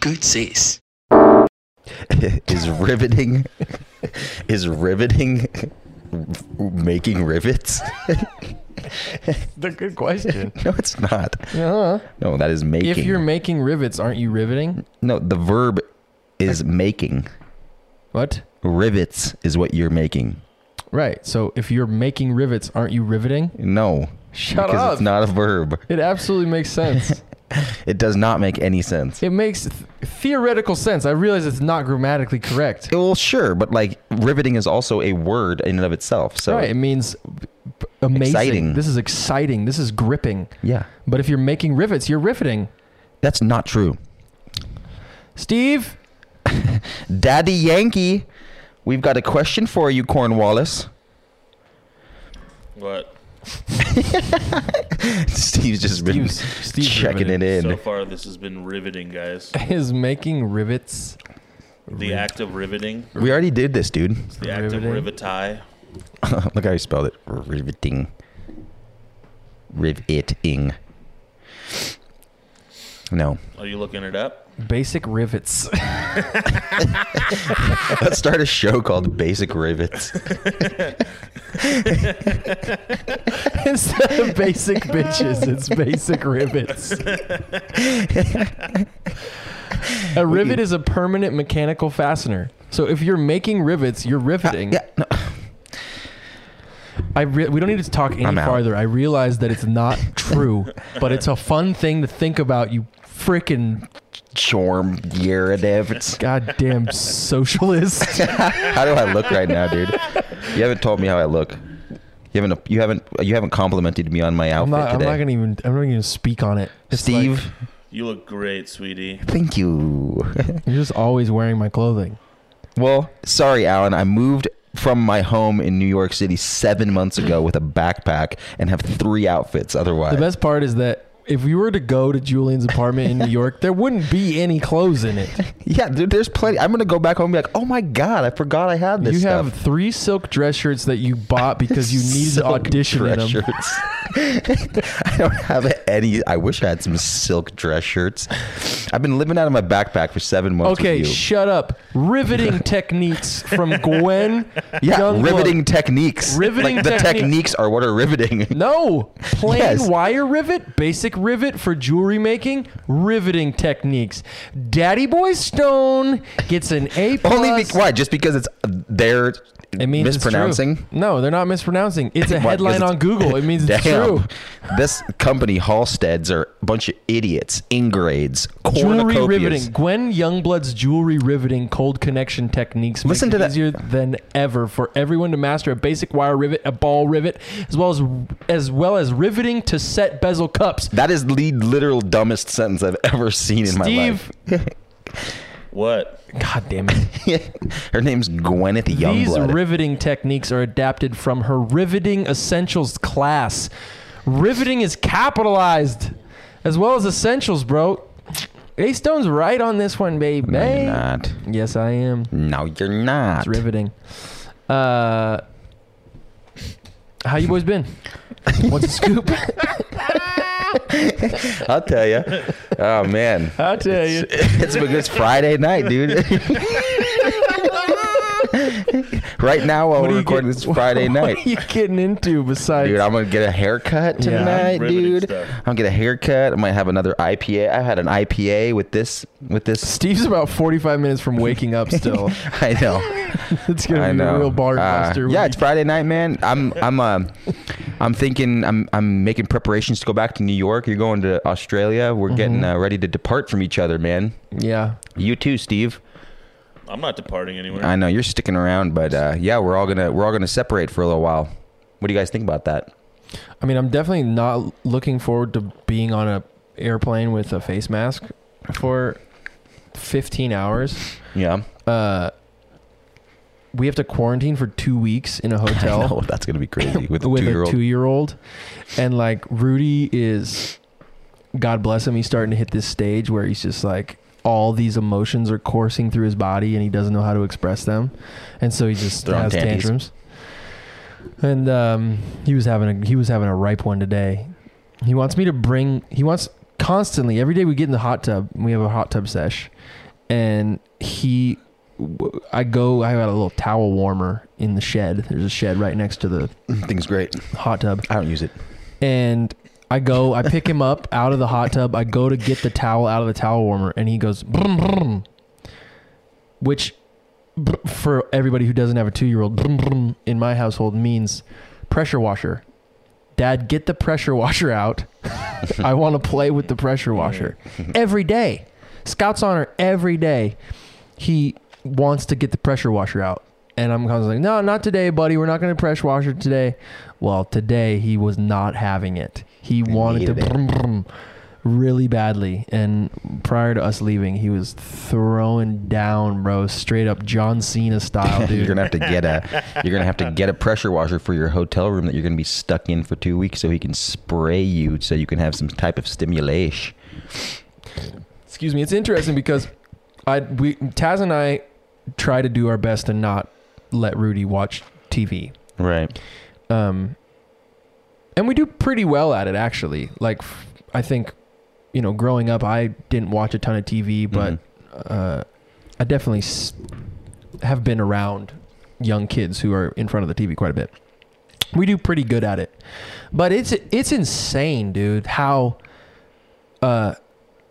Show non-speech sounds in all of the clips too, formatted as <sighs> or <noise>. good sis. <laughs> is riveting <laughs> is riveting making rivets? <laughs> <laughs> The good <laughs> question. no, it's not. No, that is making. Uh-huh. If you're making rivets, aren't you riveting? no, the verb is making. What? Rivets is what you're making. Right. So if you're making rivets, aren't you riveting? No. Shut because up. it's not a verb. <laughs> It absolutely makes sense. It does not make any sense. <laughs> it makes th- theoretical sense. I realize it's not grammatically correct. Well, sure, but like riveting is also a word in and of itself. So Right. It means b- b- amazing. Exciting. This is exciting. This is gripping. yeah, But if you're making rivets, you're riveting. that's not true. Steve, <laughs> Daddy Yankee, we've got a question for you, Cornwallis. What? <laughs> Steve's just been Steve's- Steve's checking riveting. it in. So far, this has been <laughs> riveting, guys. is making rivets. The act of riveting. we already did this, dude. <laughs> The act of Riveting. rivetai. Look how you spelled it. Riveting. Riveting. No. <laughs> Are you looking it up? Basic rivets. Let's start a show called Basic Rivets. <laughs> Instead of basic bitches, it's <laughs> basic rivets. a rivet is a permanent mechanical fastener. So if you're making rivets, you're <laughs> riveting. yeah. No. I re- we don't need to talk any I'm out. farther. I realize that <laughs> it's not true, but it's a fun thing to think about. You freaking Chorm Yaradevitz. goddamn socialist. <laughs> How do I look right now, dude? You haven't told me how I look. You haven't. You haven't. You haven't complimented me on my outfit I'm not. I'm today. not gonna even. I'm not gonna speak on it. It's Steve, like, You look great, sweetie. thank you. <laughs> you're just always wearing my clothing. well, sorry, Alan. I moved from my home in New York City seven months ago with a backpack and have three outfits. Otherwise, The best part is that if we were to go to Julian's apartment <laughs> in New York, there wouldn't be any clothes in it. yeah, dude, there's plenty. I'm gonna go back home and be like, oh my god, I forgot I had this. you stuff. have three silk dress shirts that you bought <laughs> because you needed to audition in dress them. shirts. <laughs> I don't have any. I wish I had some silk dress shirts. I've been living out of my backpack for seven months. with Okay, you. shut up. <laughs> Riveting techniques from Gwen. Yeah, Youngblood. riveting techniques. Riveting like, the techniques. techniques are what are riveting. <laughs> No, plain Yes. wire rivet, basic rivet for jewelry making, riveting techniques. Daddy Boy Stone gets an A plus. <laughs> Only be- why? Just because it's they're It means it's true. mispronouncing. No, they're not mispronouncing. <laughs> It's a Why? 'Cause headline it's- on Google. It means <laughs> it's Damn. true. This company, Halsteads, are a bunch of idiots, ingrades, Jewelry cornucopias. riveting. Gwen Youngblood's jewelry riveting cold connection techniques Listen make to it that- easier than ever for everyone to master a basic wire rivet, a ball rivet, as well as as well as riveting to set bezel cups. That is the literal dumbest sentence I've ever seen in my life. Steve, What? god damn it. Her name's Gwyneth <laughs> These Youngblood. riveting techniques are adapted from her riveting essentials class. Riveting is capitalized as well as essentials, bro. A Stone's right on this one, babe. no, babe. you're not. Yes, I am. No, you're not. It's riveting. Uh, how you boys <laughs> been? What's the scoop? I'll tell you. Oh man, I'll tell you. it's because Friday night, <laughs> dude. <laughs> right now, while What are we're you recording, get- this is Friday What night. are you getting into besides? Dude, I'm gonna get a haircut Yeah, I'm tonight, riveting dude. stuff. I'm gonna get a haircut. I might have another IPA. I had an IPA with this with this. <laughs> Steve's about 45 minutes from waking up still. I <laughs> know. it's going I to be know. a real bar Uh, monster. yeah, it's Friday night, man. I'm I'm uh, I'm thinking I'm I'm making preparations to go back to New York. You're going to Australia. Mm-hmm. We're getting uh, ready to depart from each other, man. yeah. You too, Steve. I'm not departing anywhere. I know you're sticking around, but uh, yeah, we're all gonna we're all gonna separate for a little while. What do you guys think about that? I mean, I'm definitely not looking forward to being on a airplane with a face mask for 15 hours. Yeah, Uh, we have to quarantine for two weeks in <laughs> a hotel. no, that's gonna be <laughs> crazy with, a with two year a two old. year old. And like Rudy is, God bless him, he's starting to hit this stage where he's just like, all these emotions are coursing through his body and he doesn't know how to express them. And so he just Throwing has tanties. tantrums. And um, he was having a he was having a ripe one today. He wants me to bring he wants constantly every day we get in the hot tub and we have a hot tub sesh and he w- i go i got a little towel warmer in the shed there's a shed right next to the Thing's great. hot tub I don't use it. and I go, I pick him up out of the hot tub. I go to get the towel out of the towel warmer, and he goes, brum, brum, which br- for everybody who doesn't have a two year old, brum, brum, in my household means pressure washer. Dad, get the pressure washer out. <laughs> I want to play with the pressure washer <laughs> every day. Scout's honor every day. He wants to get the pressure washer out. And I'm constantly like, no, not today, buddy. We're not going to pressure washer today. Well, today he was not having it. He wanted to needed it. brum, brum really badly. And prior to us leaving, he was throwing down, bro, straight up John Cena style, <laughs> dude. You're gonna have to get <laughs> a you're gonna have to get a pressure washer for your hotel room that you're gonna be stuck in for two weeks so he can spray you so you can have some type of stimulation. excuse me it's interesting because i we taz and i try to do our best to not let rudy watch tv Right. um and we do pretty well at it actually like f- i think you know growing up i didn't watch a ton of tv but Mhm. uh i definitely s- have been around young kids who are in front of the tv quite a bit we do pretty good at it but it's it's insane dude how uh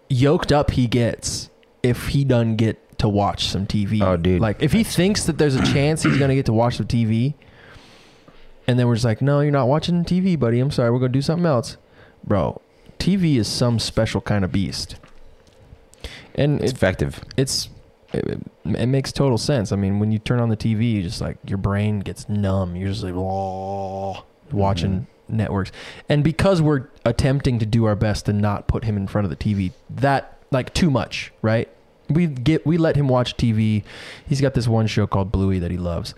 yoked up he gets if he doesn't get to watch some tv Oh, dude. like if he thinks that there's a chance he's gonna get to watch some tv and then we're just like no you're not watching tv buddy i'm sorry we're gonna do something else bro tv is some special kind of beast and It's it, effective. it's it, it makes total sense i mean when you turn on the tv you just like your brain gets numb you're just like "Oh," watching networks and because we're attempting to do our best to not put him in front of the tv that like too much right we get we let him watch tv he's got this one show called bluey that he loves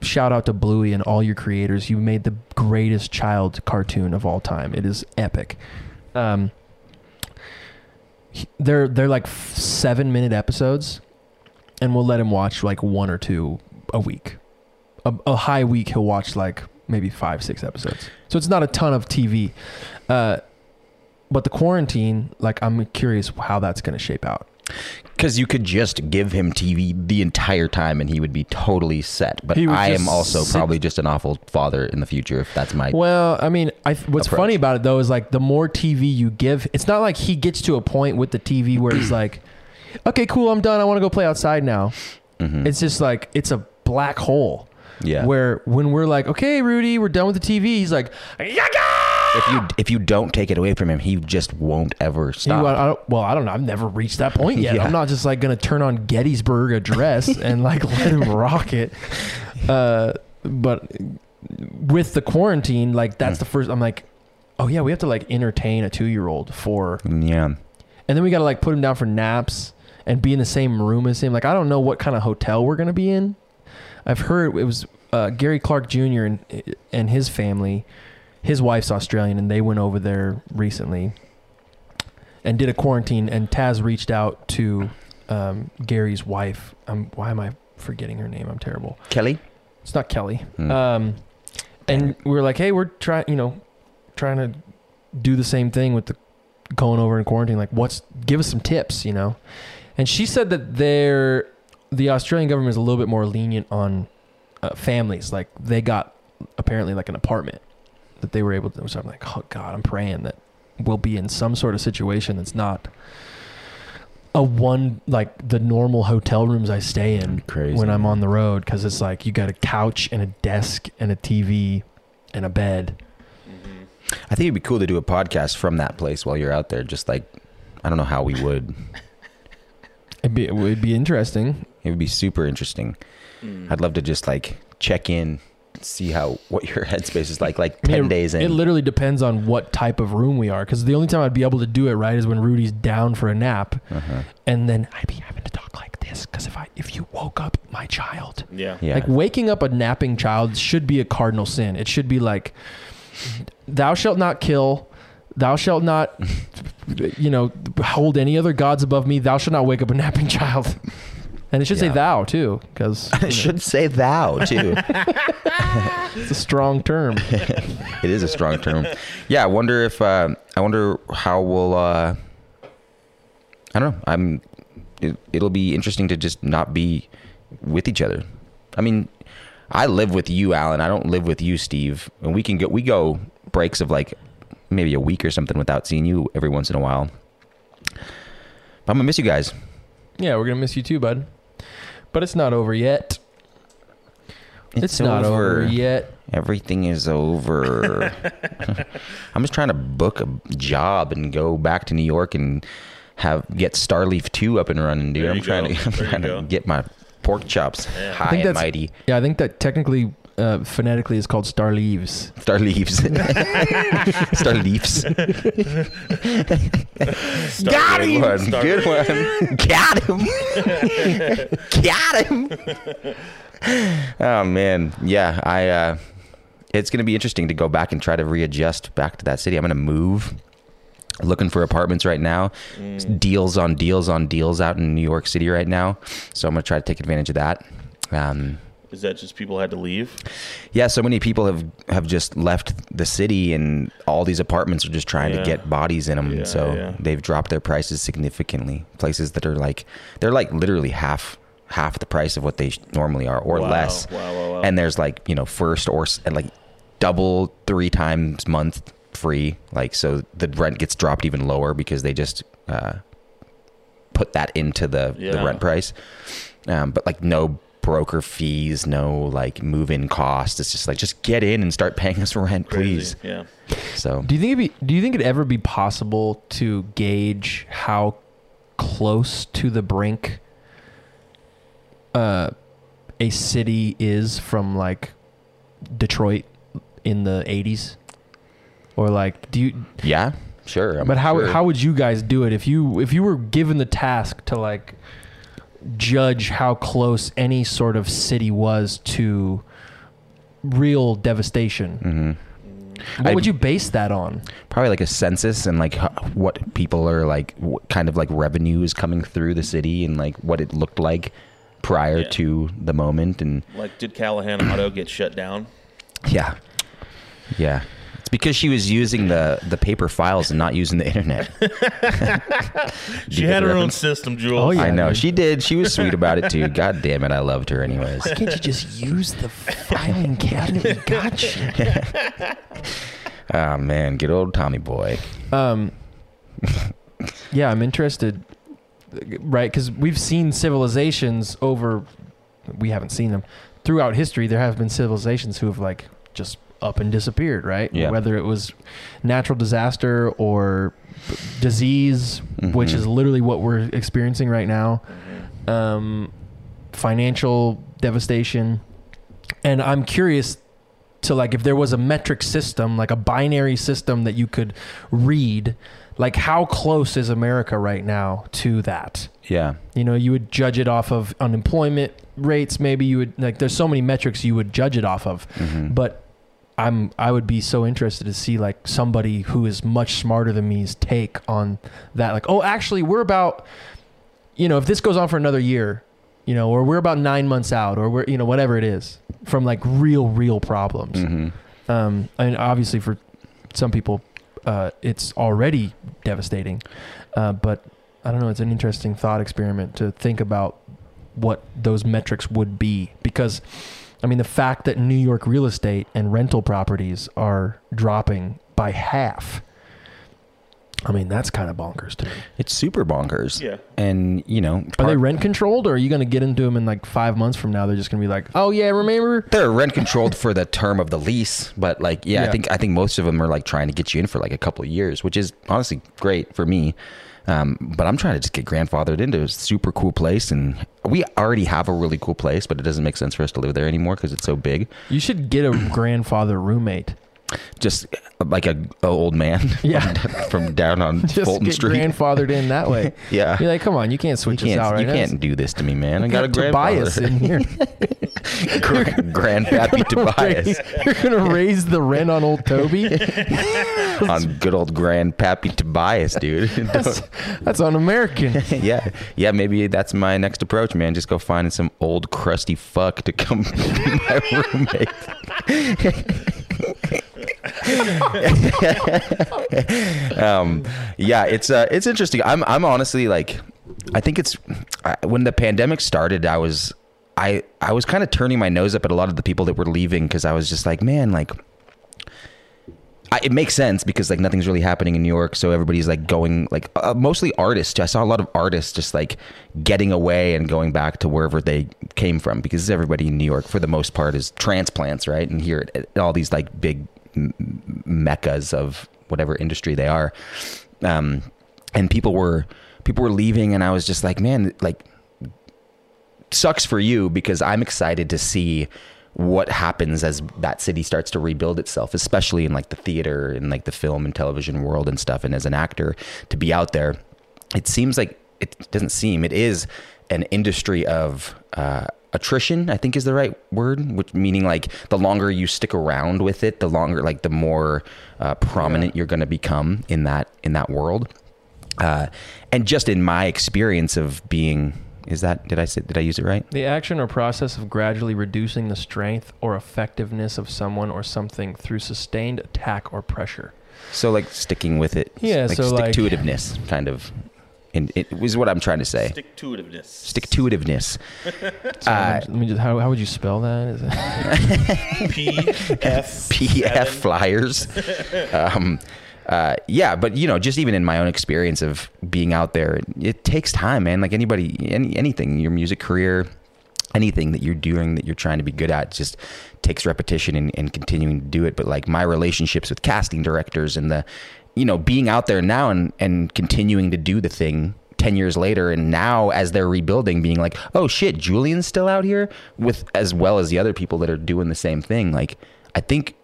shout out to bluey and all your creators you made the greatest child cartoon of all time it is epic um he- they're they're like f- seven minute episodes, and we'll let him watch like one or two a week. A, a high week, he'll watch like maybe five six episodes. So it's not a ton of TV, uh, but the quarantine, like I'm curious how that's going to shape out. Because you could just give him TV the entire time and he would be totally set. But He would I am just also sit- probably just an awful father in the future if that's my. Well, I mean, I th- what's Approach. funny about it though is like the more TV you give, it's not like he gets to a point with the TV where he's like, okay, cool, I'm done. I want to go play outside now. Mhm. It's just like it's a black hole. yeah. Where when we're like, okay, Rudy, we're done with the TV, he's like, "Yaga!" if you if you don't take it away from him, he just won't ever You stop. know what, I don't- well, I don't know. I've never reached that point yet. Yeah. I'm not just like gonna turn on <laughs> Gettysburg Address and like let him rock it. Uh, but with the quarantine, like Hmm. that's the first. I'm like, oh yeah, we have to like entertain a two year old for, yeah. and then we gotta like put him down for naps and be in the same room as him. Like I don't know what kind of hotel we're gonna be in. I've heard it was uh, Gary Clark Jr. and uh, and his family. His wife's Australian, and they went over there recently and did a quarantine. And Taz reached out to um, Gary's wife. Um, why am I forgetting her name? I'm terrible. Kelly. It's not Kelly. Hmm. Um, and we were like, hey, we're trying, you know, trying to do the same thing with the going over in quarantine. Like, what's give us some tips, you know? And she said that they're the Australian government is a little bit more lenient on uh, families. Like, they got apparently like an apartment that they were able to. So I'm like, oh god, I'm praying that we'll be in some sort of situation that's not a one like the normal hotel rooms I stay in Crazy. when I'm on the road because it's like you got a couch and a desk and a TV and a bed. I think it'd be cool to do a podcast from that place while you're out there. Just like, I don't know how we would. It'd be, it would be interesting. It would be super interesting. Hmm. Mm-hmm. I'd love to just like check in, see how what your <laughs> headspace is like. Like I mean, ten it, days in. It literally depends on what type of room we are because the only time I'd be able to do it right is when Rudy's down for a nap, uh-huh. and then I'd be having to talk like this because if I if you woke up my child, Yeah. Yeah. Like waking up a napping child should be a cardinal sin. It should be like, thou shalt not kill, thou <laughs> shalt not, you know, hold any other gods above me. Thou shalt not wake up a napping <laughs> child. And it should say Yeah. thou too, because <laughs> it <laughs> should say thou too. it's a strong term. um, it is a strong term. Yeah, I wonder if uh, I wonder how we'll uh, I don't know. I'm. It, it'll be interesting to just not be with each other. I mean, I live with you, Alan. I don't live with you, Steve. And we can go. We go breaks of like maybe a week or something without seeing you every once in a while. But I'm gonna miss you guys. Yeah, we're gonna miss you too, bud. But it's not over yet. It's, not over. yet. Everything is over. <laughs> I'm just trying to book a job and go back to New York and have get Starleaf Two up and running, dude. There I'm you trying go. to <laughs> I'm There you trying go. to get my pork chops Yeah. I high think and that's- mighty. Yeah, I think that technically, uh, phonetically, is called star leaves. Star <laughs> leaves. Star leaves. Star Got Wars. him. Star Good Wars. one. Got him. <laughs> Got him. oh man, yeah. I. Uh, it's gonna be interesting to go back and try to readjust back to that city. I'm gonna move. Looking for apartments right now. Deals on deals on deals out in New York City right now. So I'm gonna try to take advantage of that. Um, Is that just people had to leave? yeah, so many people have have just left the city, and all these apartments are just trying Yeah. to get bodies in them. Yeah, so yeah. they've dropped their prices significantly. Places that are like they're like literally half half the price of what they sh- normally are, or Wow, less. wow, wow, wow. And there's like you know first or s- and like double three times month free. Like so the rent gets dropped even lower because they just uh, put that into the Yeah. the rent price. Um, but like no broker fees, no like move in costs. It's just like just get in and start paying us rent, please. Crazy. Yeah. So Do you think it'd be, do you think it'd ever be possible to gauge how close to the brink uh, a city is from like Detroit in the 80s? Or like do you yeah, sure. I'm but how sure. how would you guys do it if you if you were given the task to like judge how close any sort of city was to real devastation? Mm-hmm. What I'd- would you base that on? probably like a census and like ho- what people are like what kind of like revenue is coming through the city and like what it looked like prior Yeah. to the moment and Like, did Callahan Auto get shut down? yeah. Yeah. It's because she was using the the paper files and not using the internet. <laughs> She get had the her own reference? system, Jules. Oh, yeah. I know. dude. She did. She was sweet about it too. God damn it. I loved her anyways. Why can't you just use the filing cabinet we got you? Oh man, good old Tommy boy. Um, <laughs> yeah, I'm interested, right? Because we've seen civilizations over, we haven't seen them throughout history. There have been civilizations who have like just up and disappeared, right? Yeah. Whether it was natural disaster or b- disease, which Mhm. is literally what we're experiencing right now. um, financial devastation. And I'm curious to like if there was a metric system, like a binary system that you could read, like how close is America right now to that? Yeah. You know, you would judge it off of unemployment rates. Maybe you would like. There's so many metrics you would judge it off of, Mhm. but I'm I would be so interested to see like somebody who is much smarter than me's take on that. Like, oh, actually, we're about, you know, if this goes on for another year, you know, or we're about nine months out, or we're you know whatever it is from like real real problems. Mhm. Um, and obviously for some people, uh, it's already devastating. Uh, but I don't know. It's an interesting thought experiment to think about what those metrics would be because. I mean, the fact that New York real estate and rental properties are dropping by half. I mean, that's kind of bonkers to me. It's super bonkers. Yeah. And you know, Are they part- rent controlled, or are you going to get into them in like five months from now? They're just going to be like, "Oh yeah, remember?" they're rent controlled for the term of the lease, but like yeah, Yeah. I think I think most of them are like trying to get you in for like a couple of years, which is honestly great for me. Um, but I'm trying to just get grandfathered into a super cool place, and we already have a really cool place, but it doesn't make sense for us to live there anymore because it's so big. You should get a grandfather roommate. Just uh, like a, a old man, <laughs> Yeah. from, from down on <laughs> Just Fulton get Street. grandfathered in that way. Yeah. you're like, come on, you can't <laughs> you switch us can't, out right you now. can't do this to me, man. I You got a got <laughs> Tobias grandfather. in here. Gra- <laughs> grandpappy Tobias. You're gonna raise the rent on old <laughs> Toby. on good old grandpappy Tobias, dude. <laughs> That's, that's un-American. yeah, yeah. Maybe that's my next approach, man. Just go find some old <laughs> crusty fuck to come be my roommate. <laughs> um, yeah, it's uh, it's interesting. I'm I'm honestly like, I think it's I- when the pandemic started, I was I I was kind of turning my nose up at a lot of the people that were leaving because I was just like, man, like. I, it makes sense because like nothing's really happening in New York, so everybody's like going like uh, mostly artists. I saw a lot of artists just like getting away and going back to wherever they came from because everybody in New York for the most part is transplants, right? And here at, at all these like big m- m- meccas of whatever industry they are, um, and people were people were leaving, and I was just like, man, like sucks for you because I'm excited to see what happens as that city starts to rebuild itself, especially in like the theater and like the film and television world and stuff. And as an actor, to be out there, it seems like it doesn't seem it is an industry of uh, attrition. I think is the right word, which meaning like the longer you stick around with it, the longer like the more uh, prominent you're going to become in that in that world. Uh, and just in my experience of being, is that did I say did I use it right? The action or process of gradually reducing the strength or effectiveness of someone or something through sustained attack or pressure. So like sticking with it. Yeah, Like so, stick like- to itiveness, kind of. And it was what I'm trying to say. Stick to itiveness. Stick to itiveness. So Uh, let me just. How, how would you spell that? Is it <laughs> P F PF seven. flyers. um, uh, yeah, but you know, just even in my own experience of being out there, it takes time, man. Like anybody, any anything, your music career, anything that you're doing that you're trying to be good at, just takes repetition and, and continuing to do it. But like my relationships with casting directors and the, you know, being out there now and and continuing to do the thing 10 years later and now as they're rebuilding being like oh shit julian's still out here with as well as the other people that are doing the same thing like i think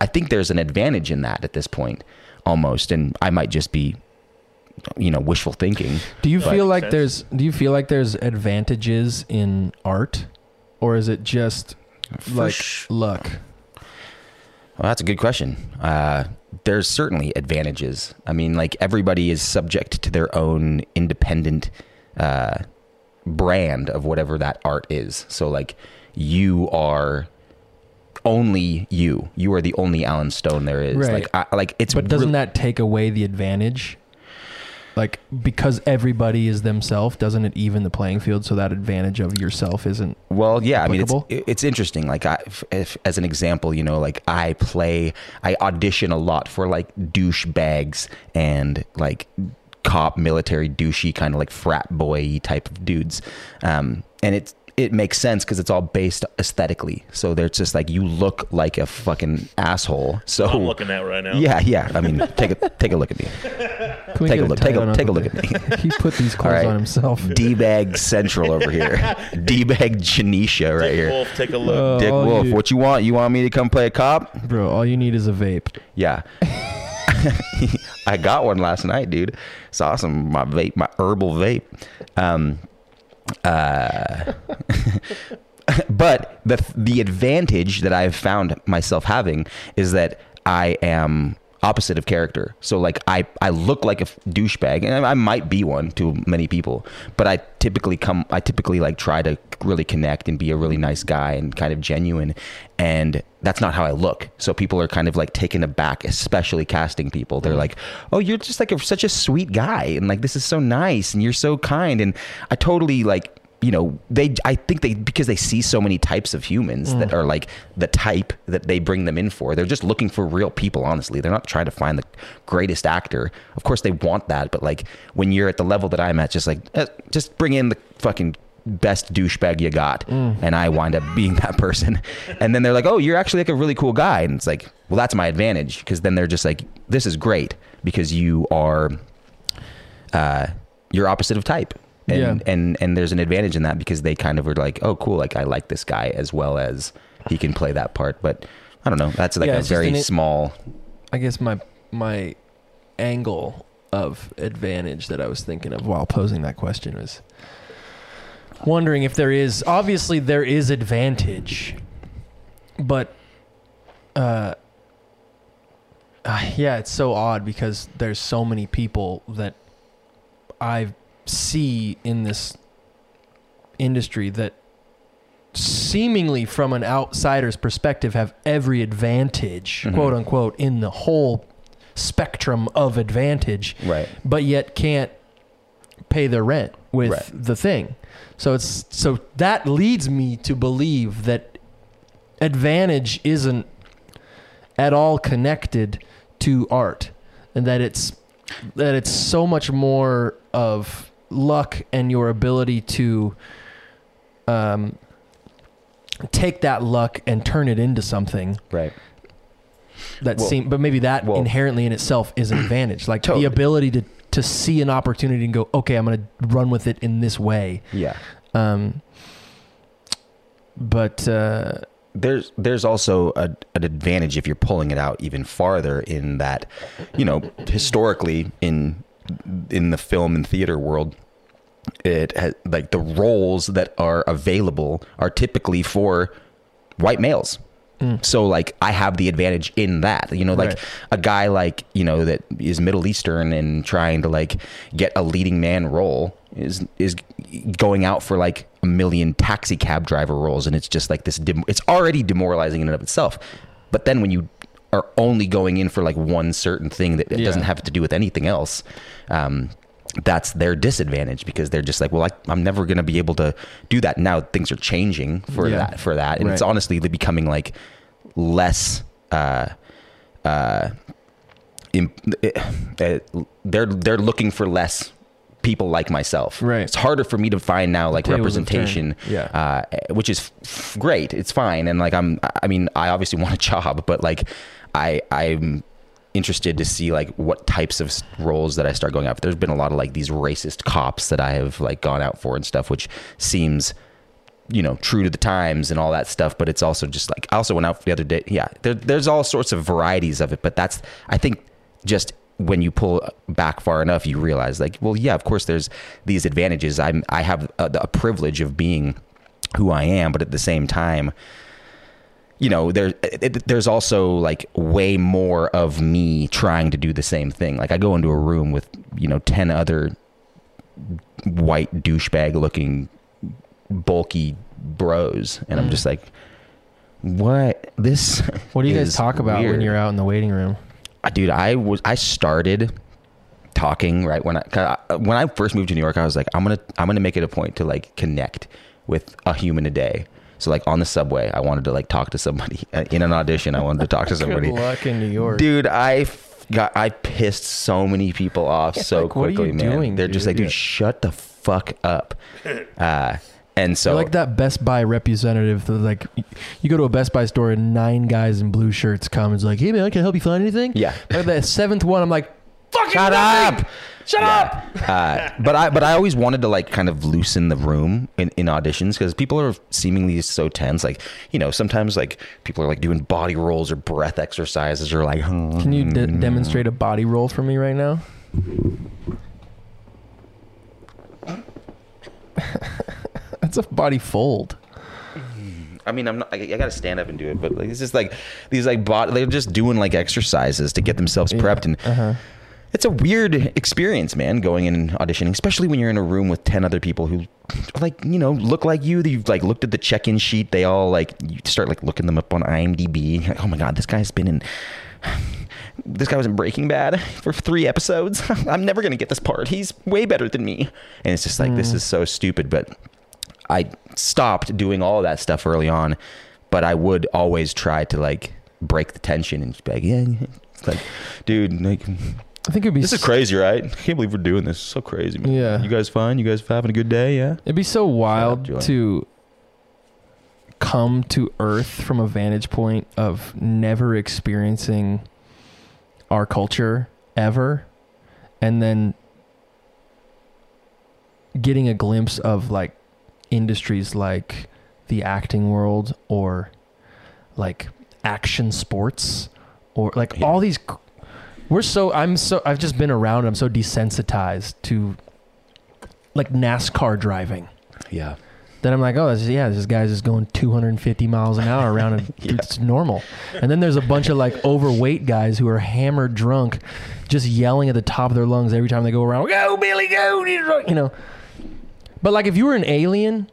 i think there's an advantage in that at this point almost and i might just be you know wishful thinking do you That feel like makes there's? Do you feel like there's advantages in art, or is it just like sh- luck? Well, that's a good question. Uh, there's certainly advantages. I mean, like everybody is subject to their own independent uh, brand of whatever that art is. So, like, you are only you. You are the only Alan Stone there is. Right. Like, I, like it's. But doesn't real- that take away the advantage? Like because everybody is themselves, doesn't it even the playing field? So that advantage of yourself isn't Well, yeah, I mean, it's, applicable? it- it's interesting. Like, I, if, if, as an example, you know, like I play, I audition a lot for like douchebags and like cop, military, douchey kind of like frat boy type of dudes, um, and it's it makes sense because it's all based aesthetically. So they're just like you look like a fucking asshole. So I'm looking at right now. yeah, yeah. I mean, take <laughs> a take a look at me. Can we Take get a look- take a- tie-dye on take a up look there? at <laughs> he put these clothes right. on himself. D bag central over <laughs> here. D bag Janisha right Dick here. Uh, Wolf, take a look. Dick Oh, all Wolf, you- what you want? You want me to come play a cop? Bro, all you need is a vape. Yeah. <laughs> I got one last night, dude. It's awesome. My vape, my herbal vape. Um, uh, but the the advantage that I've found myself having is that I am opposite of character. So like I I look like a f- douchebag, and I, I might be one to many people, but I typically come I typically like try to really connect and be a really nice guy and kind of genuine, and that's not how I look. So people are kind of like taken aback, especially casting people. They're like, "Oh, you're just like a, such a sweet guy, and like this is so nice, and you're so kind." And I totally like you know they i think they because they see so many types of humans that are like the type that they bring them in for they're just looking for real people honestly they're not trying to find the greatest actor of course they want that but like when you're at the level that i'm at just like eh, just bring in the fucking best douchebag you got and i wind up being that person <laughs> and then they're like oh you're actually like a really cool guy and it's like well that's my advantage because then they're just like this is great because you are uh, you're opposite of type. And, Yeah. and and there's an advantage in that because they kind of were like, oh, cool, like I like this guy as well as he can play that part. But I don't know. That's like Yeah, a it's just very an it- small. I guess my my angle of advantage that I was thinking of while posing that question was wondering if there is obviously there is advantage, but uh, uh, yeah, it's so odd because there's so many people that I see in this industry that seemingly from an outsider's perspective have every advantage, quote unquote, in the whole spectrum of advantage, Right. but yet can't pay their rent with Right. the thing. So it's so that leads me to believe that advantage isn't at all connected to art and that it's that it's so much more of luck and your ability to um, take that luck and turn it into something Right. that Well- seem but maybe that well- inherently in itself is an advantage like Totally. the ability to to see an opportunity and go okay i'm going to run with it in this way Yeah. um but uh there's there's also a, an advantage if you're pulling it out even farther in that you know historically in in the film and theater world it has like the roles that are available are typically for white males so like i have the advantage in that you know like Right. a guy like you know that is middle eastern and trying to like get a leading man role is is going out for like a million taxi cab driver roles and it's just like this dem- it's already demoralizing in and of itself but then when you are only going in for like one certain thing that it Yeah. doesn't have to do with anything else um that's their disadvantage because they're just like well I, i'm never going to be able to do that now things are changing for Yeah. that for that and it's Right. honestly becoming like less uh uh im- eh, they're they're looking for less people like myself Right. it's harder for me to find now like tables have representation turned. Yeah. uh, which is f- great. It's fine, and like I'm, I mean, I obviously <laughs> want a job, but like, I I'm interested to see like what types of s- roles that I start going out. for. There's been a lot of like these racist cops that I have like gone out for and stuff, which seems you know true to the times and all that stuff but it's also just like i also went out the other day yeah there, there's all sorts of varieties of it but that's i think just when you pull back far enough you realize like well yeah of course there's these advantages i'm i have a, a privilege of being who i am but at the same time you know there it, it- there's also like way more of me trying to do the same thing like i go into a room with you know 10 other white douchebag looking bulky bros and i'm just like what this Mm. what do you uh, guys is talk about when weird. you're out in the waiting room I- dude i was i started talking right when I, 'cause I uh, when i first moved to new york i was like i'm gonna i'm gonna make it a point to like connect with a human a day so like on the subway i wanted to like talk to somebody <laughs> Uh, in an audition i wanted to talk to somebody good luck in new york dude i f- got i pissed so many people off so like, what are you quickly man doing, they're just dude? like dude Yeah. shut the fuck <laughs> up uh and so You're like that Best Buy representative. that, like, you go to a Best Buy store and nine guys in blue shirts come and it's like, "Hey man, can I help you find anything?" Yeah. Like the seventh one, I'm like, "Fucking Shut nothing! up! Shut <laughs> up!" uh, but I but I always wanted to like kind of loosen the room in, in auditions because people are seemingly so tense. Like you know, sometimes like people are like doing body rolls or breath exercises or like. Can you Mm. de- demonstrate a body roll for me right now? <laughs> That's a body fold. <laughs> I mean, I'm not. I, I gotta stand up and do it, but like it's just like these like body. They're just doing like exercises to get themselves prepped and. It's a weird experience, man, going in and auditioning, especially when you're in a room with 10 other people who like, you know, look like you. You've like looked at the check-in sheet. They all like, you start like looking them up on IMDb. Like, oh my God, this guy's been in, <sighs> this guy was in Breaking Bad <laughs> for three episodes. <laughs> I'm never going to get this part. He's way better than me. And it's just like, this is so stupid. But I stopped doing all that stuff early on, but I would always try to like break the tension and just be like, yeah, yeah. It's like, dude, like, I think it'd be this is s- crazy, right? I can't believe we're doing this. So crazy, man. Yeah. You guys fine? You guys having a good day? Yeah. It'd be so wild Joy. to come to Earth from a vantage point of never experiencing our culture ever, and then getting a glimpse of like industries like the acting world or like action sports or like Yeah. all these c- we're so i'm so i've just been around i'm so desensitized to like nascar driving Yeah. then I'm like, oh, this, yeah, this guy's just going 250 miles an hour around. And Yeah. It's normal. And then there's a bunch of like overweight guys who are hammered drunk, just yelling at the top of their lungs every time they go around. Go, Billy, go! You know. But like, if you were an alien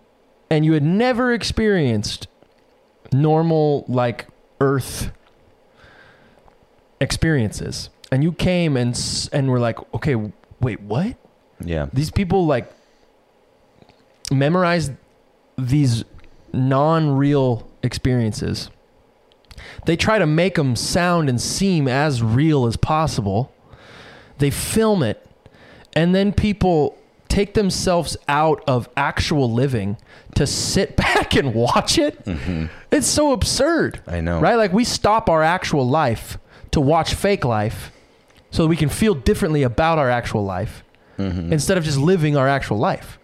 and you had never experienced normal like earth experiences and you came and s- and were like okay wait what Yeah. these people like memorize these non-real experiences they try to make them sound and seem as real as possible they film it and then people take themselves out of actual living to sit <laughs> back and watch it it's so absurd Mm-hmm. I know. right like we stop our actual life to watch fake life so that we can feel differently about our actual life Mm-hmm. instead of just living our actual life.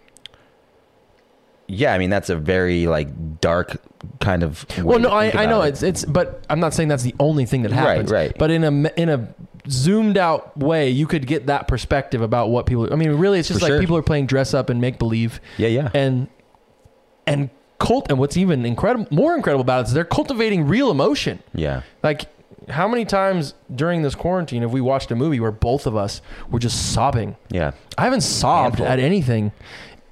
Yeah, I mean that's a very like dark kind of. way Well, to no, I, think I about know it. it's it's, but I'm not saying that's the only thing that happens. right. But in a m- in a zoomed out way, you could get that perspective about what people. I mean, really, it's just For like sure. people are playing dress up and make believe, Yeah, yeah. and and cult. And what's even incredible, more incredible about it is they're cultivating real emotion. yeah. Like, how many times during this quarantine have we watched a movie where both of us were just sobbing? Yeah. I haven't sobbed Handful. at anything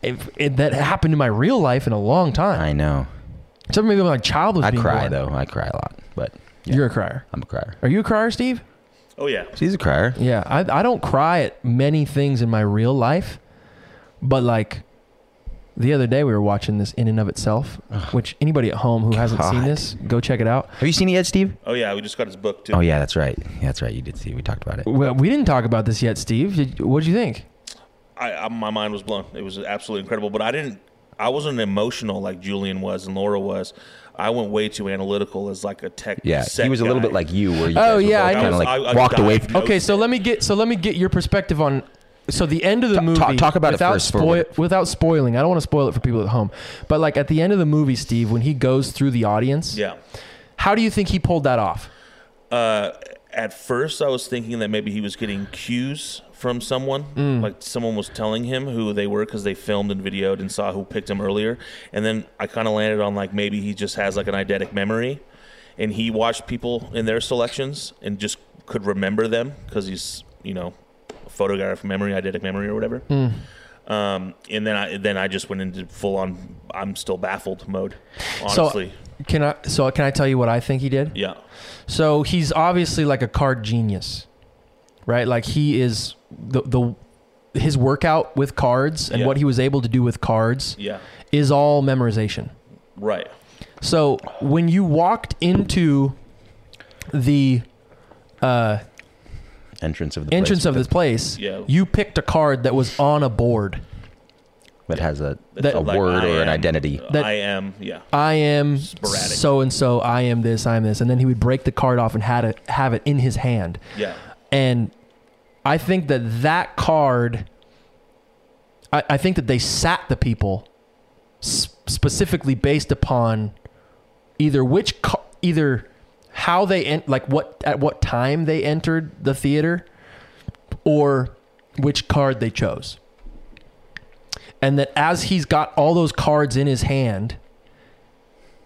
if, if that happened in my real life in a long time. I know. Except maybe when my child was I Uh, being cry born. though. I cry a lot, but yeah, You're a crier. I'm a crier. Are you a crier, Steve? Oh yeah. She's a crier. Yeah, I, I don't cry at many things in my real life, but like the other day we were watching this in and of itself, which anybody at home who hasn't seen God. this, go check it out. Have you seen it yet, Steve? Oh yeah. We just got his book too. Oh yeah, that's right. Yeah, that's right. You did see. We talked about it. Well, we didn't talk about this yet, Steve. Did, what'd you think? I, I my mind was blown. It was absolutely incredible. But I didn't. I wasn't emotional like Julian was and Laura was. I went way too analytical as like a tech. Yeah, set he was a little guy. bit like you, where you guys Oh, were yeah, both I know. kinda, like I- I walked away. <laughs> dived. From, No, Okay, it's- so let me get so let me get your perspective on so the end of the Ta- movie. ta- talk about it without first for a minute. without spoiling. I don't want to spoil it for people at home, but like at the end of the movie, Steve, when he goes through the audience, Yeah. how do you think he pulled that off? Uh, at first, I was thinking that maybe he was getting cues from someone, like someone was telling him who they were because they filmed and videoed and saw who picked him earlier. And then I kind of landed on like maybe he just has like an eidetic memory, and he watched people in their selections and just could remember them because he's you know photographic memory, eidetic memory, or whatever. Um, and then I then I just went into full on I'm still baffled mode. Honestly, So can I so can I tell you what I think he did? yeah, So he's obviously like a card genius, right? Like he is the the his workout with cards and Yeah. what he was able to do with cards yeah, is all memorization. right. So when you walked into the uh, entrance of the entrance place of this place, Yeah. you picked a card that was on a board. that has a That- a Like, word I or an am- identity. That- I am, yeah. I am Sporadic. so and so. I am this. I am this. And then he would break the card off and had it have it in his hand. Yeah. And I think that that card, I, I think that they sat the people s- specifically based upon either which, ca- either how they, en- like what, at what time they entered the theater or which card they chose. And that as he's got all those cards in his hand,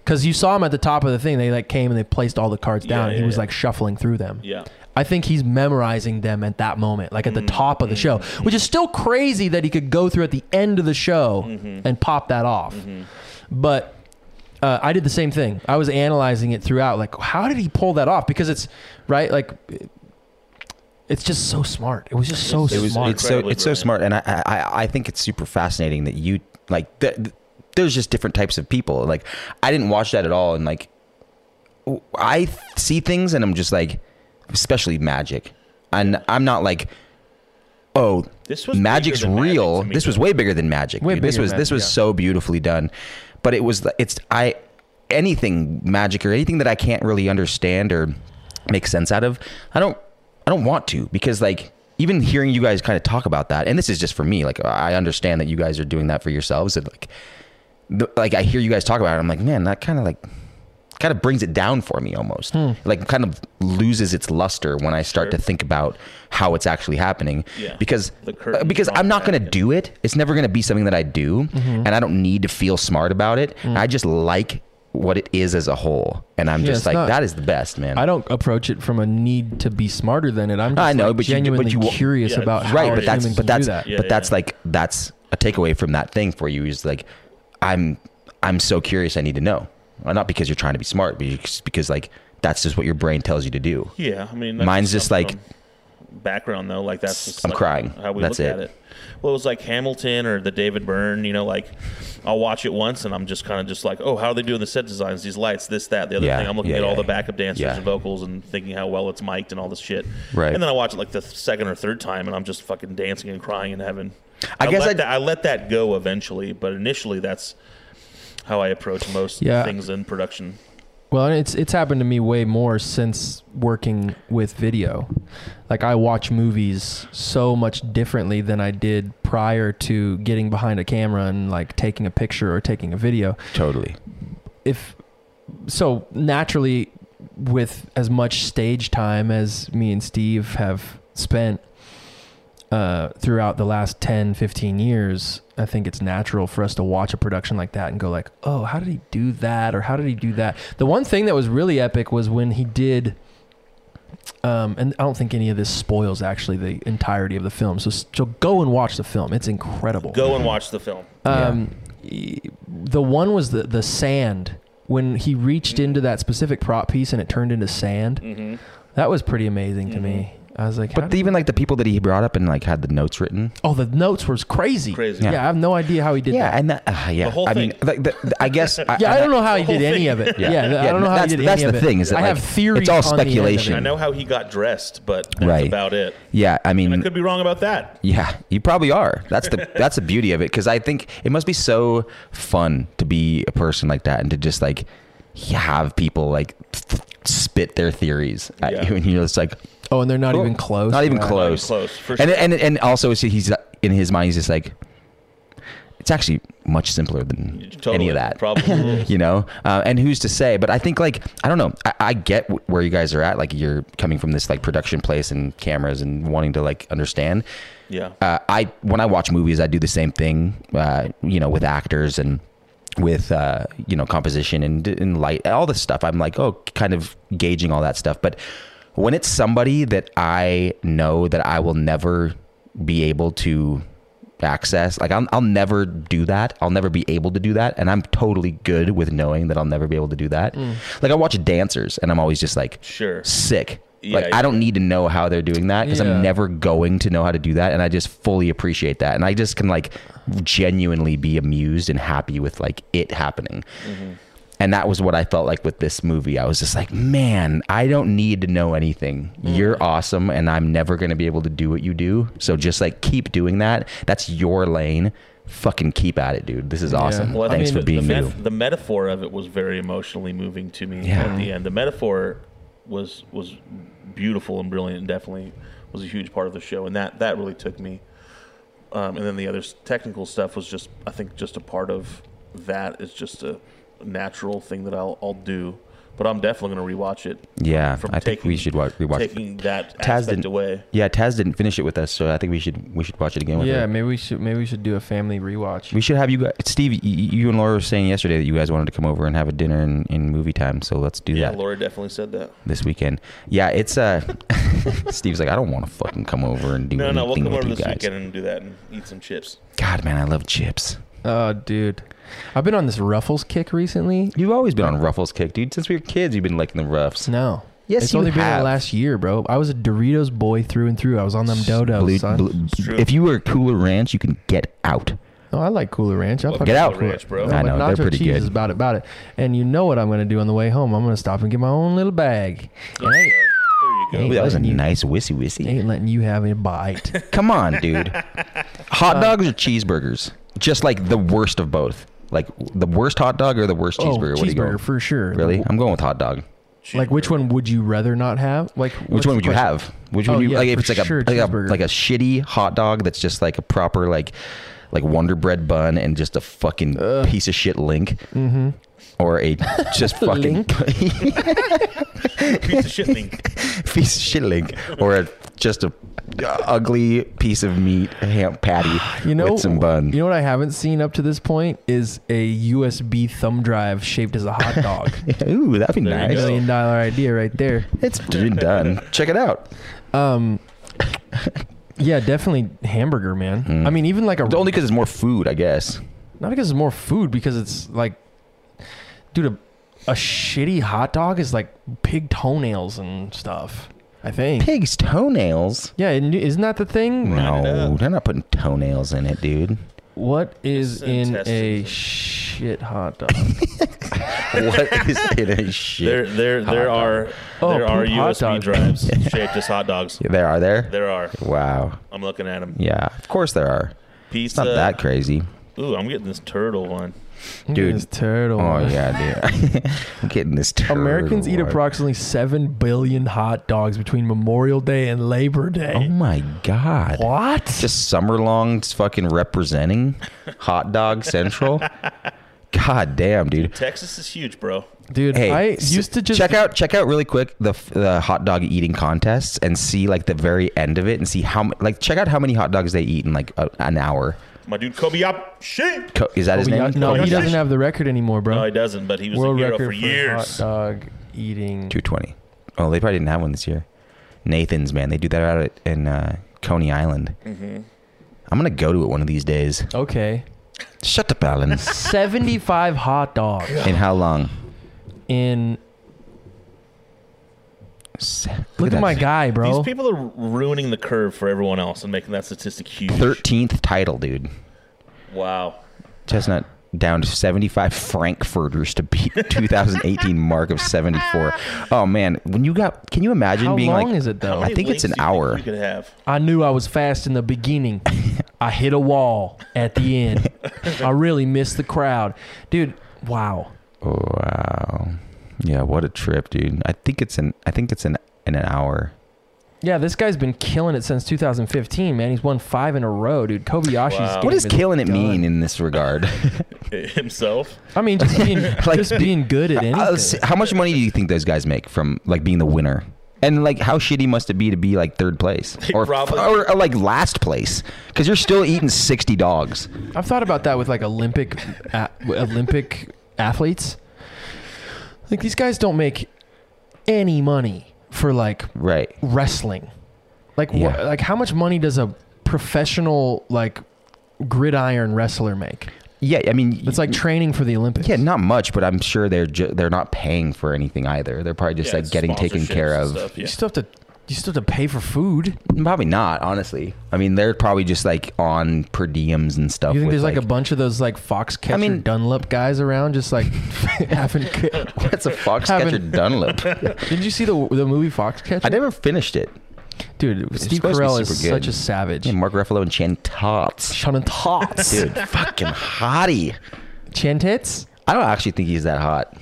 because you saw him at the top of the thing, they like came and they placed all the cards Yeah, down, and he yeah, was yeah. like shuffling through them. Yeah. I think he's memorizing them at that moment, like at Mm-hmm. the top of the show, which is still crazy that he could go through at the end of the show Mm-hmm. and pop that off. But uh, I did the same thing. I was analyzing it throughout, like how did he pull that off? Because it's right, like it's just so smart. It was just so it was smart. it's so Incredibly it's so brilliant. smart and I, I- I i think it's super fascinating that you like th- th- there's just different types of people like i didn't watch that at all and like w- i th- see things and i'm just like especially magic and i'm not like oh This was magic's bigger than magic real to me, this was though. way bigger than magic Way dude. this bigger was than this magic, was yeah. so beautifully done but it was it's i anything magic or anything that i can't really understand or make sense out of i don't i don't want to because like even hearing you guys kind of talk about that and this is just for me like i understand that you guys are doing that for yourselves and like the, like i hear you guys talk about it i'm like man that kind of like kind of brings it down for me almost like kind of loses its luster when i start Hmm. Sure. to think about how it's actually happening Yeah. because The curtain uh, because dropped i'm not going back to and- Mm-hmm. do it it's never going to be something that i do and i don't need to feel smart about it Mm. i just like what it is as a whole and i'm Yeah, just it's like not- that is the best man I don't approach it from a need to be smarter than it. I'm just I know, like, but you- but genuinely you- curious Yeah, about how how right but that's humans but can do that's that. Yeah, but that's yeah. like that's a takeaway from that thing for you is like i'm I'm so curious. I need to know. Well, not because you're trying to be smart, but just because like that's just what your brain tells you to do. Yeah, I mean, Mine's just come like- from background though. Like that's just I'm like crying. How we That's look it. at it. Well, it was like Hamilton or the David Byrne. You know, like I'll watch it once and I'm just kind of just like, oh, how are they doing the set designs? These lights, this, that, the other Yeah, thing. I'm looking yeah, at all yeah, the yeah. backup dancers Yeah. and vocals and thinking how well it's mic'd and all this shit. Right. And then I watch it like the second or third time and I'm just fucking dancing and crying and having. I guess let I- that, I let that go eventually, but initially that's how I approach most Yeah. things in production. Well, and it's it's happened to me way more since working with video. Like I watch movies so much differently than I did prior to getting behind a camera and like taking a picture or taking a video. Totally. If so, naturally with as much stage time as me and Steve have spent uh, throughout the last 10, 15 years, I think it's natural for us to watch a production like that and go like, oh, how did he do that? Or how did he do that? The one thing that was really epic was when he did, um, and I don't think any of this spoils actually the entirety of the film. So, so go and watch the film. It's incredible. Go and watch the film. Um, y- The one was the the sand when he reached into that specific prop piece and it turned into sand. That was pretty amazing to me. I was like, how But did- even like the people that he brought up and like had the notes written. oh, the notes was crazy. Crazy. Yeah. Yeah. I have no idea how he did yeah, that. and that, uh, yeah. The whole I thing. mean, like the, the- I guess. yeah, I and don't know how he the did whole any thing. of it. Yeah, Yeah. I Yeah, don't know how he that's- did that's any the of it. thing, is that, I have like, theories. it's all on the end of it. speculation. I know how he got dressed, but that's Right. about it. Yeah, I mean, And I could be wrong about that. Yeah, you probably are. That's <laughs> the that's the beauty of it because I think it must be so fun to be a person like that and to just like have people like spit their theories at Yeah. you and you're just like Oh, and they're not "Cool." even close. not even Yeah. close, Not even close, for and sure. and and also it's- he's in his mind he's just like it's actually much simpler than Totally. any of that Probably. <laughs> you know uh, and who's to say but i think like i don't know I, I get wh- where you guys are at like you're coming from this like production place and cameras and wanting to like understand yeah. uh, I when I watch movies, I do the same thing. Uh, you know, with actors and with uh, you know composition and and light, all this stuff. I'm like, oh, kind of gauging all that stuff. But when it's somebody that I know that I will never be able to access, like I'll, I'll never do that. I'll never be able to do that, and I'm totally good with knowing that I'll never be able to do that. Like I watch dancers, and I'm always just like, Sure. sick. Yeah, like yeah. I don't need to know how they're doing that because Yeah. I'm never going to know how to do that, and I just fully appreciate that, and I just can like genuinely be amused and happy with like it happening. Mm-hmm. And that was what I felt like with this movie. I was just like, man, I don't need to know anything. You're awesome, and I'm never going to be able to do what you do. So just like keep doing that. That's your lane. Fucking keep at it, dude. This is awesome. Well, I Thanks mean, for being the, you. meth- the metaphor of it was very emotionally moving to me Yeah. at the end. The metaphor was was beautiful and brilliant, and definitely was a huge part of the show. And that that really took me. Um, and then the other s- technical stuff was just, I think, just a part of that. It's just a natural thing that I'll, I'll do. But I'm definitely going to rewatch it. Yeah, I think we should wa- rewatch it. Taking that Taz aspect didn't- away. Yeah, Taz didn't finish it with us, so I think we should we should watch it again with her. Yeah, maybe we should maybe we should do a family rewatch. We should have you guys, Steve. y- y- You and Laura were saying yesterday that you guys wanted to come over and have a dinner and, and movie time. So let's do Yeah, that Laura definitely said that. this weekend. Yeah, it's uh, <laughs> Steve's like, I don't want to fucking come over and do No, anything no, we'll come with over you this guys. weekend and do that and eat some chips. God, man, I love chips. oh, dude, I've been on this Ruffles kick recently. You've always been on Ruffles kick, dude. Since we were kids, you've been liking the Ruffs. No. Yes, it's you only been have. the last year, bro. I was a Doritos boy through and through. I was on them Dodos, Blue- son. blue- true. if you were Cooler Ranch, you can get out. Oh, I like Cooler Ranch. I Love fucking Get out, like Cooler Cooler- Ranch, bro. I'm I like, know, they're nacho pretty cheese good. is about it, about it. And you know what I'm gonna do on the way home? I'm gonna stop and get my own little bag. And I ain't, There you Ooh, go. that was a letting you- nice whissy whissy. ain't letting you have a bite. Come on, dude. Uh, hot dogs or cheeseburgers? Just like the worst of both. Like the worst hot dog or the worst <laughs> Oh, cheeseburger? What do you go? cheeseburger for sure. Really? I'm going with hot dog. Like, which one would you rather not have? Like, Which one would you have? Which one Oh, you yeah, like? If for it's like a, sure, like a cheeseburger. like a shitty hot dog that's just like a proper like like Wonder Bread bun and just a fucking piece of shit link, Mm-hmm. or <laughs> a just fucking Link? piece of shit thing. <laughs> piece of shit link, or a, just a ugly piece of meat ham patty You know, with some bun. You know what I haven't seen up to this point is a USB thumb drive shaped as a hot dog. <laughs> Ooh, that'd be There <laughs> you nice. go. Million dollar idea right there. It's been done. <laughs> Check it out. Um, yeah, definitely Mm. hamburger, man. I mean, even like a Only because it's more food, I guess. not because it's more food because it's like dude, a, a shitty hot dog is like pig toenails and stuff. I think. Pig's toenails. Yeah, and isn't that the thing? Round it No, up. they're not putting toenails in it, dude. What is It's in in a intestines. shit hot <laughs> dog? What is it? A <laughs> shit. There, there, Hot there dog. are Oh, there are poop hot USB dog. drives <laughs> shaped as hot dogs. Yeah, there are there. There are. Wow. I'm looking at them. Yeah, of course there are. It's Pizza. not that crazy. Ooh, I'm getting this turtle one. Dude. It's turtle. Oh <laughs> yeah, dude. <laughs> I'm getting this. Turd Americans eat one. approximately 7 billion hot dogs between Memorial Day and Labor Oh Day. my god. what? Just summer long, it's fucking representing hot dog central. God damn, dude. Texas is huge, bro. Dude, Hey, I s- used to just check out check out really quick the f- the hot dog eating contests and see like the very end of it and see how m- like check out how many hot dogs they eat in like a, an hour. My dude Kobe up shit. Co- is that his name? no, Kobe he Bryant? doesn't have the record anymore, bro. No, he doesn't. But he was World a hero record for for hot years. dog eating. Two twenty. Oh, they probably didn't have one this year. Nathan's man, they do that out at, in uh, Coney Island. I'm gonna go to it one of these days. Okay. Shut up, Alan. 75 hot dogs in how long? in Se- Look at that. my guy, bro. These people are ruining the curve for everyone else and making that statistic huge. 13th title, dude. Wow. Chestnut down to 75 Frankfurters to <laughs> beat 2018 mark of 74. Oh man, when you got can you imagine How being long like is it though? I think it's Links an do you think hour. We could have. <laughs> I knew I was fast in <laughs> the beginning. I hit a wall at the <laughs> end. I really missed the crowd. Dude, wow. wow. Yeah, what a trip, dude. I think it's an I think it's an in an hour. Yeah, this guy's been killing it since 2015, man. He's won five in a row, dude. Kobayashi's. Wow. game What does is killing it done. mean in this <laughs> regard? himself. I mean, just being, <laughs> Like- just being good at Uh, let's see, anything. how much money do you think those guys make from like being the winner? And like, how shitty must it be to be like third place or, probably- or, or, like last place? Because you're still eating sixty dogs. I've thought about that with like Olympic, a, Olympic athletes. Like these guys don't make any money for like Right. wrestling. Like wha- Yeah. like how much money does a professional like gridiron wrestler make? Yeah. I mean, It's like training for the Olympics. yeah, not much, but I'm sure they're ju- they're not paying for anything either. They're probably just Yeah, like getting taken sponsorships care and of. stuff, yeah. You still have to you still have to pay for food. Probably not, honestly. I mean, they're probably just like on per diems and stuff. You think with, there's like, a bunch of those like Foxcatcher I mean- Dunlop guys around <laughs> just like having Did that's a foxcatcher having- <laughs> Dunlop. you see the the movie Foxcatcher? I never finished it. Dude, Steve supposed to be Carell is super good. such a savage. Yeah, Mark Ruffalo and Chan Tots. Shannon Tots. Dude, <laughs> fucking hottie. Chan Tits? I don't actually think he's that hot.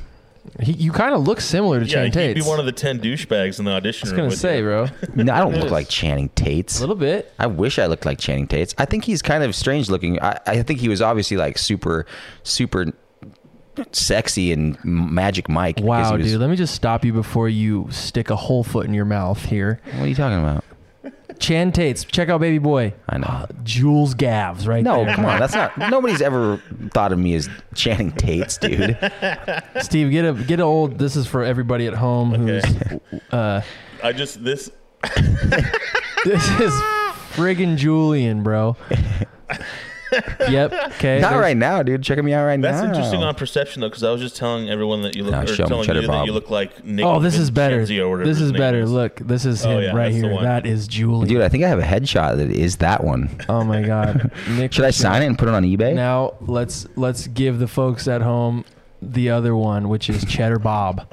He, you kind of look similar to Yeah, Chan he'd Tates. be one of the ten douchebags in the I audition was room. gonna with say, you. <laughs> bro. No, I don't look is. like Channing A Tates. little bit. I wish I looked like Channing Tates. I think he's kind of strange looking. I, I think he was obviously like super, super sexy and Magic Mike. because Wow, he was- dude. Let me just stop you before you stick a whole foot in your mouth here. What are you talking about? Chan Tates, check out Baby Boy. I know. Uh, Jules Gavs, right No, there. come on. That's not. Nobody's ever thought of me as Channing Tates, dude. Steve, get a get a old. This is for everybody at home Okay. who's. Uh, I just this this is friggin' Julian, bro. yep. Okay. Not there's- right now, dude. Checking me out right That's now. interesting on perception though, because I was just telling everyone that you look, Nah, or show 'em telling Cheddar you that Bob. you look like Nick. Oh, this is better. Vincenzi or whatever This his is name better. Look, this is him Oh, yeah, right that's the here. one. That is Julian. dude. I think I have a headshot that is that one. oh <laughs> my God. Nick Should I sign it and put it on eBay? Now let's let's give the folks at home the other one, which is Cheddar Bob.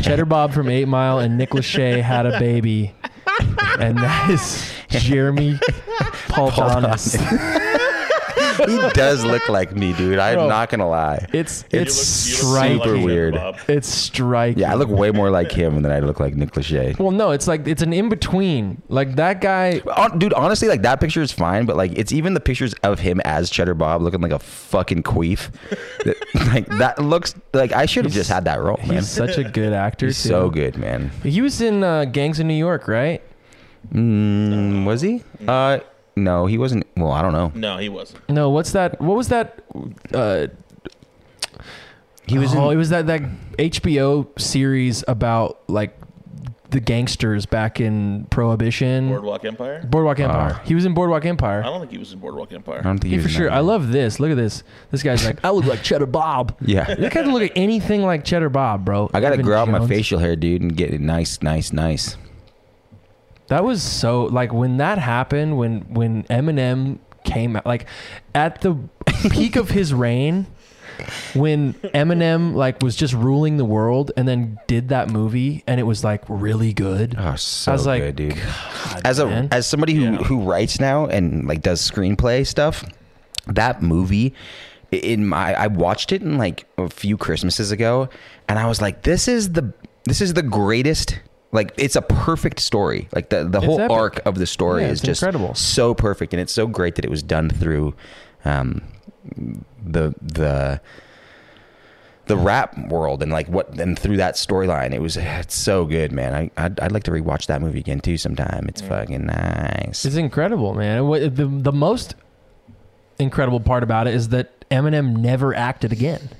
Cheddar Bob from Eight Mile and Nick Lachey had a baby, and that is Jeremy Pauldonis. he does look like me, dude. I'm Bro. not gonna lie. It's You it's look- you look so like striking. super Cheddar weird. Bob. It's striking. Yeah, I look way more like him than I look like Nick Lachey. Well, no, it's like it's an in between. Like that guy. Hon- Dude, honestly, like that picture is fine, but like it's even the pictures of him as Cheddar Bob looking like a fucking <laughs> queef. that, like that looks like I should have He's- just had that role, man. He's He's, such a good actor. too. so good, man. He was in uh, Gangs of New York, right? Mm, was he? Uh, no, he wasn't. Well, I don't know. No, he wasn't. No, what's that? What was that? Uh, He was Oh, in- it was that that HBO series about like the gangsters back in Prohibition. Boardwalk Empire. Boardwalk Empire. Ah. he was in Boardwalk Empire. I don't think he was in Boardwalk Empire. I don't think he Yeah, for was in sure. that I one. love this. Look at this. This guy's <laughs> like, I look like Cheddar Bob. Yeah. That guy doesn't <laughs> look at anything like Cheddar Bob, bro. I gotta Evan grow out my Jones. facial hair, dude, and get it nice, nice, nice. That was so like when that happened when when Eminem came out like at the <laughs> peak of his reign when Eminem like was just ruling the world and then did that movie and it was like really good. Oh, so I was like, good, dude. God, as a man. as somebody who Yeah. who writes now and like does screenplay stuff, that movie i- in my I watched it in like a few Christmases ago, and I was like, this is the this is the greatest. Like it's a perfect story. Like the the It's whole epic. arc of the story Yeah, is it's just incredible. so perfect, and it's so great that it was done through um, the the the rap world and like what and through that storyline it was it's so good man I, I'd, I'd like to rewatch that movie again too sometime it's fucking nice It's incredible, man. And what- The, the most incredible part about it is that Eminem never acted again.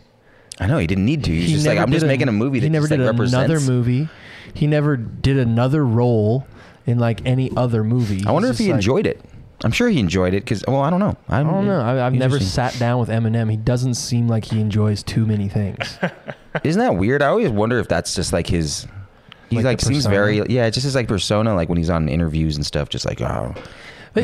I know he didn't need to he's just like never I'm did just making a movie that He never just, like, did another represents movie. He never did another role in like any other movie. I wonder He's if just he like- enjoyed it I'm sure he enjoyed it because well I don't know I'm, I don't know. I, I've never Interesting. sat down with Eminem. He doesn't seem like he enjoys too <laughs> many things. isn't that weird I always wonder if that's just like his he Like like, the seems persona? very yeah it's just his like persona like when he's on interviews and stuff just like oh I'm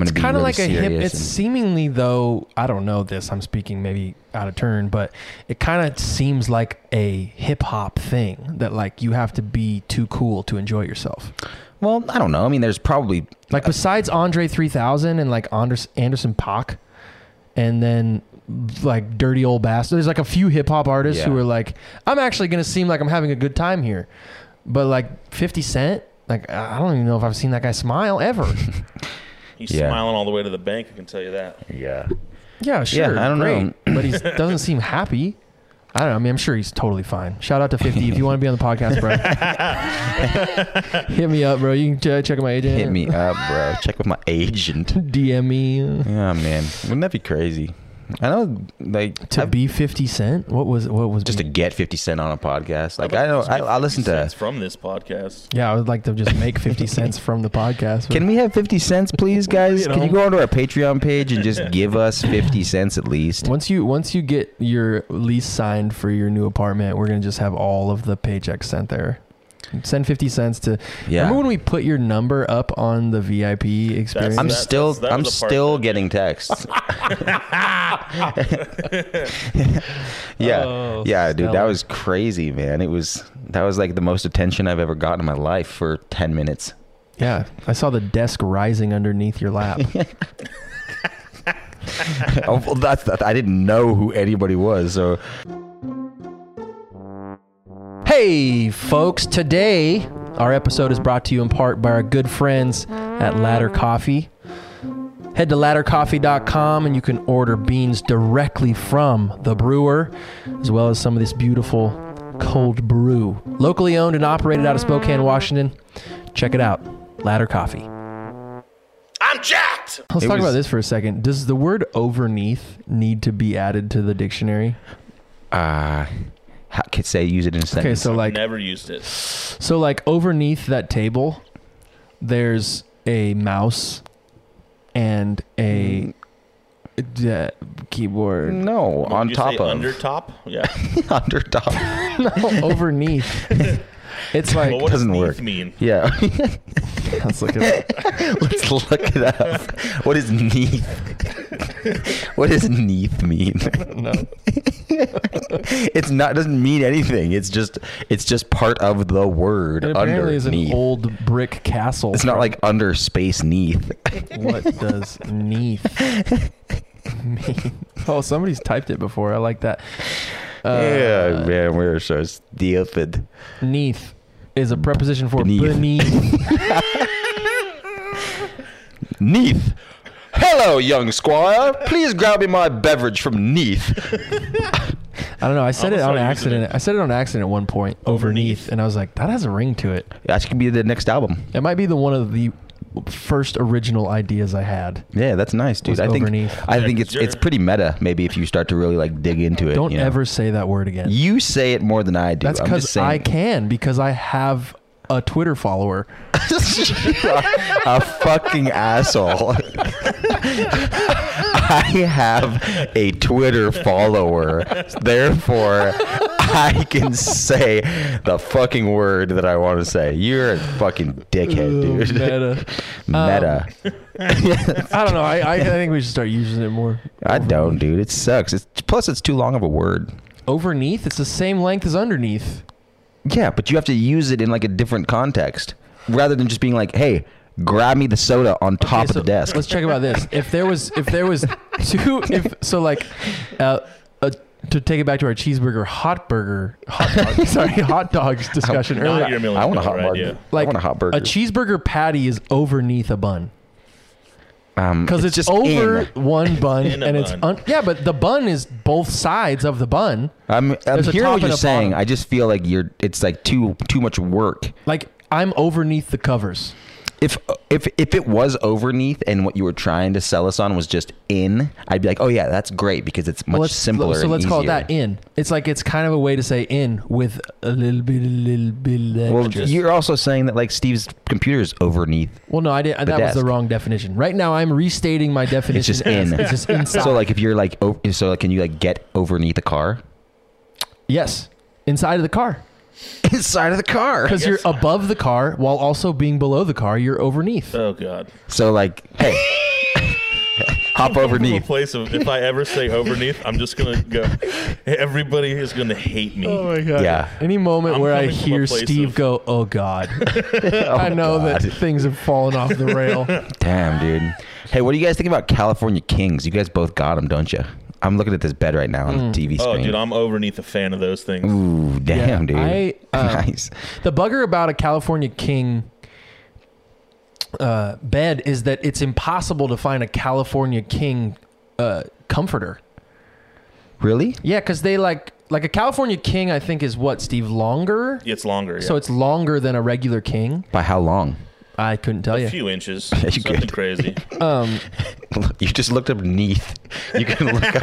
it's gonna be kind really of like a hip. serious It's and- seemingly though. I don't know this. I'm speaking maybe out of turn, but it kind of seems like a hip hop thing that like you have to be too cool to enjoy yourself. well I don't know I mean there's probably Like besides Andre 3000 and like Anders, Anderson Pac, and then like Dirty Old Bastard. There's like a few hip hop artists who Yeah. are like, I'm actually gonna seem like I'm having a good time here, but like 50 Cent. Like I don't even know if I've seen that guy smile <laughs> ever. He's Yeah. smiling all the way to the bank. I can tell you that. yeah yeah, sure. I don't great, know. but he doesn't seem happy. I don't know. I mean, I'm sure he's totally fine. Shout out to 50 if you want to be on the podcast, <laughs> bro. Hit me up, bro. You can ch- check out my agent. hit <laughs> me up bro check <laughs> with my agent DM me. Yeah, man. Wouldn't that be crazy? I know, like, To I've- be 50 Cent? What was what was just to be- get 50 Cent on a podcast. Like, I know, I, I listen to. It's from this podcast. Yeah, I would like to just make <laughs> 50 cents from the podcast. Can we have 50 cents, please, guys? You Can you know. go onto our Patreon page and just give us 50 cents at least? once you once you get your lease signed for your new apartment, we're going to just have all of the paychecks sent there. Send 50 cents to Yeah. Remember when we put your number up on the VIP experience? I'm That- still, that's- that I'm was the part still that- getting texts. <laughs> yeah, Oh, yeah, dude, that stellar. was crazy, man. It was that was like the most attention I've ever gotten in my life for 10 minutes. yeah, I saw the desk rising underneath your lap. oh, well, that's that, I didn't know who anybody was, so Hey, folks, today our episode is brought to you in part by our good friends at Ladder Coffee. Head to laddercoffee.com and you can order beans directly from the brewer, as well as some of this beautiful cold brew. Locally owned and operated out of Spokane, Washington. Check it out, Ladder Coffee. I'm jacked. Let's It talk was- about this for a second. Does the word overneath need to be added to the dictionary? uh, how could say use it in a sentence. Okay, so like Never used it. So like overneath that table, there's a mouse and a uh, keyboard. Mm. No, What on did you top say, of under top. Yeah. <laughs> under <laughs> top. <laughs> No, overneath. <laughs> it's like <laughs> well, what does doesn't teeth work. mean? Yeah, <laughs> let's look at let's look it up. What is neath? what does neath mean? <laughs> no. It's not doesn't mean anything. It's just it's just part of the word It apparently is an underneath. old brick castle. it's not like under space neath. <laughs> what does <laughs> <laughs> neath mean? Oh, somebody's typed it before. I like that. Uh, yeah, man, we're so stupid. Neath is a preposition for Beneath. beneath. <laughs> Neath. Hello, young squire. Please grab me my beverage from Neath. I don't know. I said it on Almost started using accident. I said it on accident at one point. Overneath, Overneath. and I was like, that has a ring to it. <laughs> That could be the next album. It might be the one of the first original ideas I had. Yeah, that's nice, dude. Was I think overneath. I Yeah, think 'cause it's you're- it's pretty meta. Maybe if you start to really like dig into it. Don't you know. ever say that word again. You say it more than I do. That's I'm just because saying. I can because I have a <laughs> Twitter follower. a fucking asshole. I have a Twitter follower. Therefore, I can say the fucking word that I want to say. You're a fucking dickhead, Ooh, dude. meta. <laughs> Meta. Um, <laughs> I don't know. I, I, I think we should start using it more. I don't, dude. It sucks. It's, plus, it's too long of a word. Overneath, it's the same length as underneath. Yeah, but you have to use it in like a different context rather than just being like, "Hey, grab me the soda on top Okay, of the so desk." Let's check about this. If there was, if there was two, if so, like, uh, uh, to take it back to our cheeseburger, hot burger, hot dog, <laughs> sorry, hot dogs discussion Not earlier. your million I want a hot dollar burger. idea. I Like want a hot burger. A cheeseburger patty is overneath a bun Um, because it's, over in. one bun In a and it's bun. un- yeah, but the bun is both sides of the bun. I'm, I'm There's a hearing top what and you're a saying. bottom. I just feel like you're. It's like too too much work. Like I'm overneath the covers. If if if it was overneath and what you were trying to sell us on was just in, I'd be like, oh yeah, that's great because it's much let's, simpler. So and let's call it easier. that in. It's like it's kind of a way to say in with a little bit, a little bit extra. Well, you're also saying that like Steve's computer is overneath. Well, no, I did. That was desk. the wrong definition. Right now, I'm restating my definition. It's just as- in. It's <laughs> just inside. So like if you're like o so like can you like get overneath the <laughs> car? yes, inside of the car Inside of the car. because you're above the car while also being below the car. You're overneath. <laughs> Oh God. So like, <laughs> hey, hop over From a knee. place of if I ever say overneath, I'm just gonna go. Everybody is gonna hate me. Oh, my god! Yeah. Any moment Oh I'm where I coming from a hear place Steve of- go, "Oh <laughs> god," Oh, I know that things have fallen off the <laughs> rail. Damn, dude. Hey, what do you guys think about California Kings? You guys both got them, don't you? I'm looking at this bed right now on Mm. the TV oh, screen. dude, I'm overneath a fan of those things. Ooh, damn, dude. <laughs> I, um, nice. The bugger about a California King uh, bed is that it's impossible to find a California King uh, comforter. Really? Yeah, because they like like a California king. I think is what Steve longer. It's longer. Yeah. So it's longer than a regular king. By how long? <laughs> I couldn't tell a you. few inches. you Something could. crazy. Um, You just looked up Neath. <laughs> You can look up. <laughs>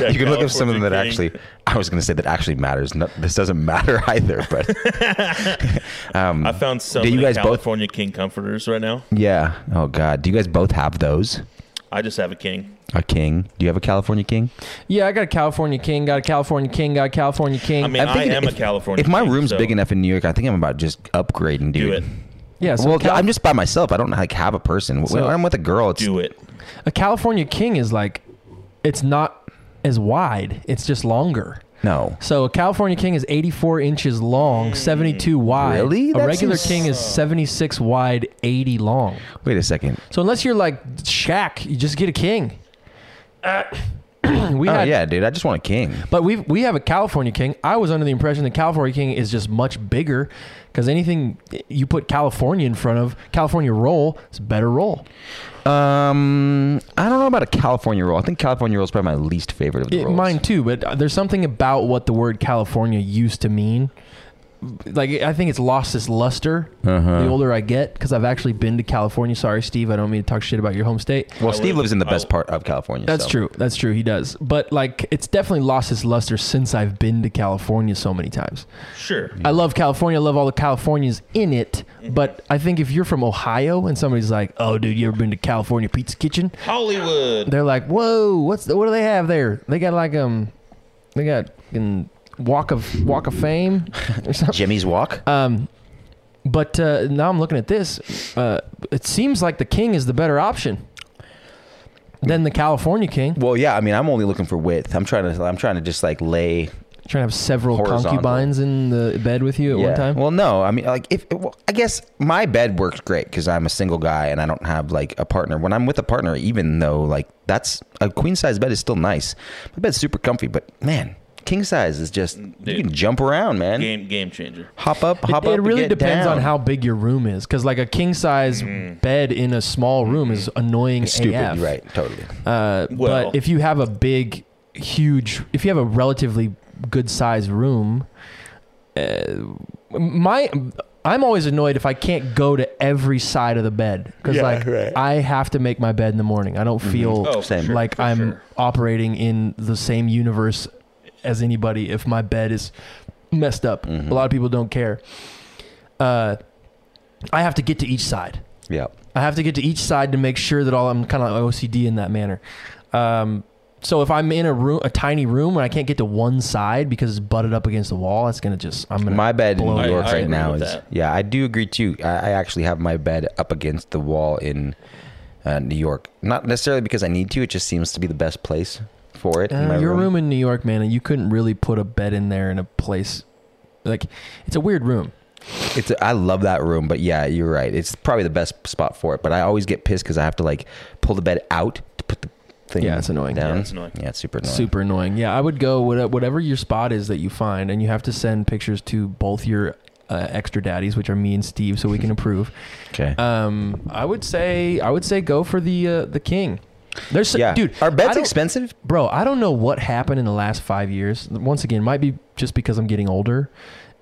Yeah, you can look California up something that King. actually. I was going to say that actually matters. No, this doesn't matter <laughs> either. <laughs> But um, I found some Do you you guys both- California king comforters right now. yeah. Oh God. Do you guys both have those? I just have a king. A king? Do you have a California king? yeah, I got a California king. Got a California king. Got a California king. I mean, I thinking am if- a California. If my king, room's so big enough in New York, I think I'm about just upgrading, dude. do it. yeah. So well, Cal- I'm just by myself. I don't like have a person. So- when I'm with a girl, it's Do it. a California king is like, it's not as wide. It's just longer. no. So a California king is 84 inches Hmm. long, 72 wide. Really? A That regular seems- king is 76 wide, 80 long. Wait a second. So unless you're like Shaq, you just get a king. Uh, we Oh had yeah, dude. I just want a king. But we we have a California King. I was under the impression that California King is just much bigger because anything you put California in front of, California roll, it's a better roll. Um, I don't know about a California roll. I think California roll is probably my least favorite of the It- rolls. mine too, but there's something about what the word California used to mean. Like I think it's lost its luster Uh-huh. the older I get because I've actually been to California. Sorry, Steve, I don't mean to talk shit about your home state. Well, I Steve live- lives in the I- best part of California. That's so. true. That's true. He does, but like it's definitely lost its luster since I've been to California so many times. Sure. I love California. I love all the Californians in it. But I think if you're from Ohio and somebody's like, "Oh, dude, you ever been to California Pizza Kitchen?" Hollywood. They're like, "Whoa, what's the, what do they have there? They got like um, they got in walk of walk of fame or something." Jimmy's walk. Um, but uh, now I'm looking at this. Uh, it seems like the king is the better option than the California king. well, yeah. I mean, I'm only looking for width. I'm trying to. I'm trying to just like lay Trying to have several Horizontal. concubines in the bed with you at one time. Well, no, I mean, like if well, I guess my bed works great because I'm a single guy and I don't have like a partner. When I'm with a partner, even though like that's a queen size bed is still nice. My bed's super comfy, but man, king size is just Dude. you can jump around, man. Game game changer. Hop up, hop up. it, it and really get depends down. on how big your room is because like a king size bed in a small room is annoying It's stupid. AF. You're right, totally. uh, Well- but if you have a big huge if you have a relatively good sized room uh, my i'm always annoyed if i can't go to every side of the bed because Yeah, like right. i have to make my bed in the morning i don't feel Oh, Same. For sure, like for i'm sure. operating in the same universe as Mm-hmm. anybody if my bed is messed up. A lot of people don't care. Uh, I have to get to each side. Yeah. I have to get to each side to make sure that all I'm kind of OCD in that manner. Um, so if I'm in a room, a tiny room, and I can't get to one side because it's butted up against the wall, that's gonna just I'm gonna My bed in blow New I- York I right agree now with is that. yeah. I do agree too. I, I actually have my bed up against the wall in uh, New York. Not necessarily because I need to. It just seems to be the best place for it. in Uh, my your room. room. in New York, man, and you couldn't really put a bed in there in a place like it's a weird room. It's I love that room, but yeah, you're right. It's probably the best spot for it. But I always get pissed because I have to like pull the bed out to put the thing. Yeah, it's annoying. Down. Yeah, it's annoying. Yeah, it's super annoying. Super annoying. Yeah, I would go what- whatever your spot is that you find, and you have to send pictures to both your uh, extra daddies, which are me and Steve, so we can approve. Okay. Um, I would say I would say go for the uh, the king. There's yeah, dude. Are I beds don't- expensive? bro i don't know what happened in the last five years once again might be just because i'm getting older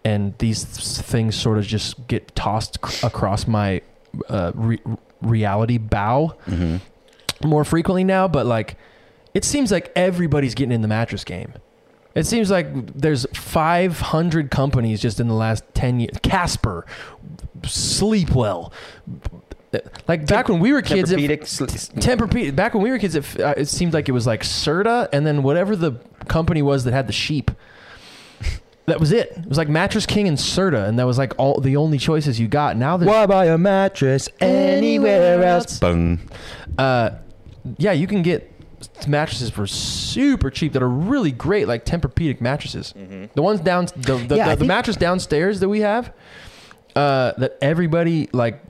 and these s- things sort of just get tossed c- across my uh, re- reality bow more frequently now but like it seems like everybody's getting in the mattress game it seems like there's 500 companies just in the last 10 years casper sleepwell like back when we were kids it, Tempur-Pedic sl- Tempur-Pedic. Back when we were kids, it, f- uh, it seemed like it was like Serta, and then whatever the company was that had the sheep. That was it. It was like Mattress King and Serta, and that was like all the only choices you got. Now there's Why buy a mattress anywhere else? Boom. uh, yeah, you can get mattresses for super cheap that are really great, like Tempur-Pedic mattresses. Mm-hmm. The ones down, the, the, Yeah, I the, the think- mattress downstairs that we have, uh, that everybody like.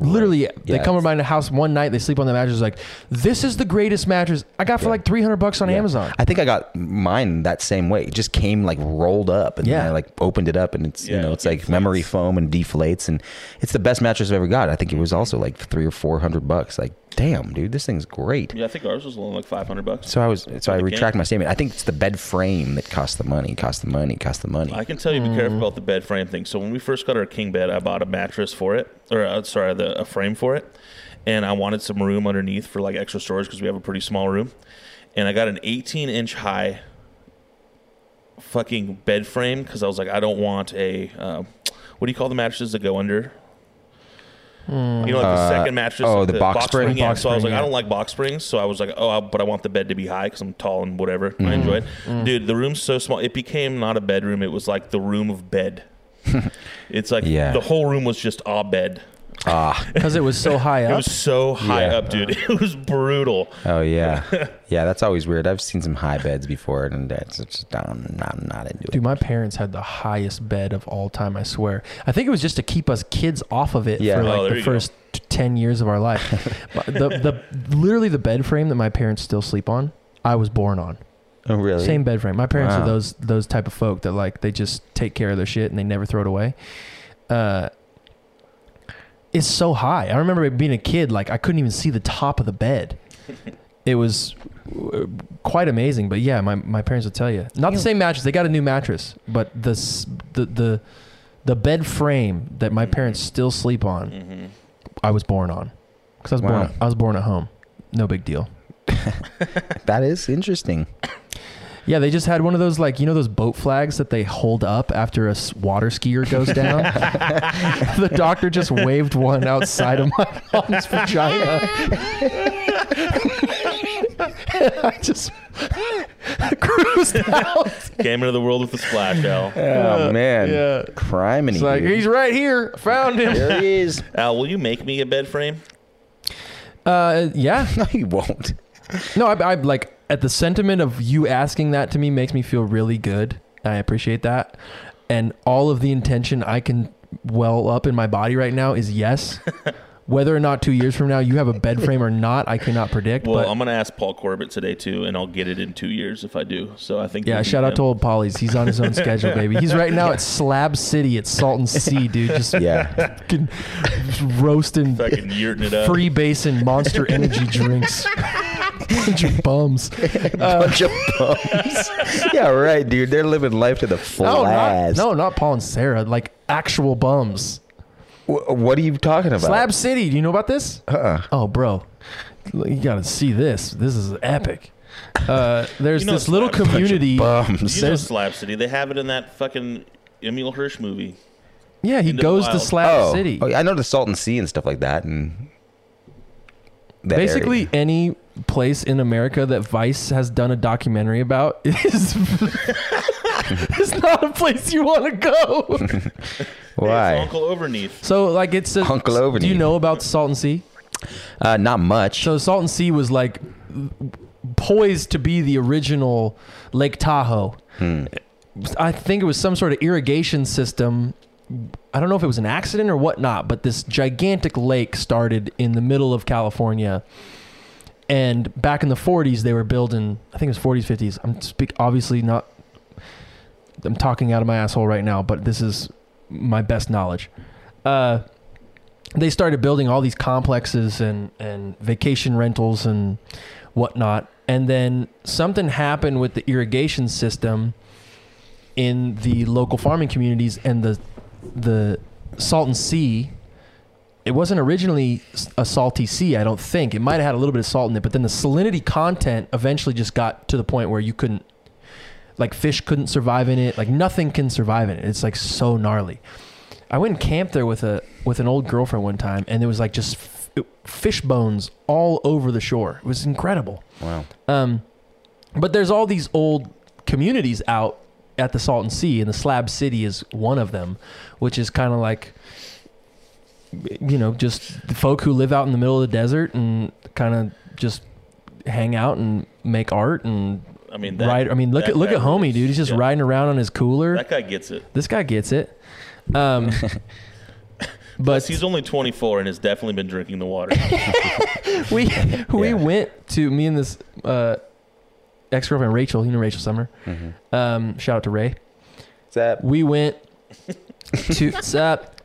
Literally, they Yeah, come it's- over my house one night. They sleep on the mattress. Like, this is the greatest mattress I got for Yeah. like three hundred bucks on Yeah. Amazon. I think I got mine that same way. It just came like rolled up, and then Yeah. I like opened it up, and it's you Yeah, know it it's like memory deflates. foam and deflates, and it's the best mattress I've ever got. I think it was also like three or four hundred bucks. Like, damn, dude, this thing's great. Yeah, I think ours was only like five hundred bucks. So I was, so I the retract my statement. I think it's the bed frame that cost the money, cost the money, cost the money. I can tell you be careful about the bed frame thing. So when we first got our king bed, I bought a mattress for it, or uh, sorry, the, a frame for it, and I wanted some room underneath for like extra storage because we have a pretty small room, and I got an 18 inch high fucking bed frame because I was like, I don't want a uh, what do you call the mattresses that go under. You know, like the Uh, second mattress. oh, like the box spring? Yeah. Box so I was like, spring, I yeah. don't like box springs. So I was like, oh, I, but I want the bed to be high because I'm tall and whatever. Hmm. I enjoy it. Dude, the room's so small. It became not a bedroom. It was like the room <laughs> of bed. it's like Yeah. the whole room was just a bed. <laughs> ah, because it was <laughs> so high It up. was so high Yeah. up, dude. <laughs> It was brutal. oh <laughs> yeah, yeah. That's always weird. I've seen some high beds before, and that's it's just I'm not, I'm not into it. Dude, my parents had the highest bed of all time. I swear. I think it was just to keep us kids off of it Yeah. for Oh, like there the you go. first t- ten years of our life. But the the literally the bed frame that my parents still sleep on. I was born on Oh really? same bed frame. My parents Wow. are those those type of folk that like they just take care of their shit and they never throw it away. Uh, it's so high. I remember being a kid, like I couldn't even see the top of <laughs> the bed. It was uh, quite amazing. But yeah, my, my parents will tell you not the same mattress. They got a new mattress, but the s- the the, the bed frame that my parents still sleep on, Mm-hmm. I was born on, because I was Wow. born I was born at home. No big deal. That is interesting. Yeah, they just had one of those like you know those boat flags that they hold up after a s- water skier goes down. <laughs> the doctor just waved one outside of my <laughs> mom's vagina. <laughs> I just <laughs> cruised out. Came into the world with a splash, Al. Oh man, <laughs> yeah. crime and It's like he's <laughs> right here. Found him. there he is. Al, will you make me a bed frame? Uh, yeah. No, he won't. No, I, I like at the sentiment of you asking that to me makes me feel really good. I appreciate that, and all of the intention I can well up in my body right now is <laughs> yes. Whether or not two years from now you have a bed frame or not, I cannot predict. Well, but I'm gonna ask Paul Corbett today too, and I'll get it in two years if I do. So I think yeah, we beat shout out him. to old Polly's. He's on his own <laughs> schedule, baby. He's right now at Slab City at Salton Sea, dude. Just <laughs> Yeah. fucking roasting fucking uh, yurting it up. free basin monster energy <laughs> drinks. Bunch of bums. Uh, <laughs> Bunch of <laughs> bums. yeah, right, dude. They're living life to the No, not, fullest. no, not Paul and Sarah. Like actual bums. Wh- what are you talking about? Slab City. Do you know about this? Uh-uh. Oh, bro, you gotta see this. This is epic. <laughs> Uh, there's You know this little Slab City's a community. Bums. You know There's- Slab City. They have it in that fucking Emil Hirsch movie. Yeah, he Into the goes to wild. Slab City. oh, yeah, I know the Salton Sea and stuff like that, and that area. Basically, any place in America that Vice has done a documentary about <laughs> is it's not a place you want to go. <laughs> why? It's Uncle Overneath. So, like, it's a, Uncle Overneath. Do you know about the Salton Sea? Uh, not much. So, Salton Sea was like poised to be the original Lake Tahoe. I think it was some sort of irrigation system. I don't know if it was an accident or whatnot, but this gigantic lake started in the middle of California. And back in the 40s, they were building, I think it was 40s, 50s. I'm speak obviously not, I'm talking out of my asshole right now, but this is my best knowledge. Uh, they started building all these complexes and, and vacation rentals and whatnot. And then something happened with the irrigation system in the local farming communities and the the Salton Sea. It wasn't originally s- a salty sea, I don't think. It might have had a little bit of salt in it, but then the salinity content eventually just got to the point where you couldn't, like, fish couldn't survive in it. Like, nothing can survive in it. It's like so gnarly. I went and camped there with a with an old girlfriend one time, and there was like just f- fish bones all over the shore. It was incredible. wow. Um, but there's all these old communities out at the Salton Sea, and the Slab City is one of them, which is kind of like, you know, just the folk who live out in the middle of the desert and kind of just hang out and make art and I mean, that, ride. I mean, look that at look guy at homie, rules. dude. He's just Yeah. riding around on his cooler. That guy gets it. this guy gets it. Um, but Plus, he's only 24 and has definitely been drinking the <laughs> water. we we Yeah. went to me and this uh, ex girlfriend Rachel. You know Rachel Summer. Mm-hmm. Um, shout out to Ray. What's up? We went to what's up?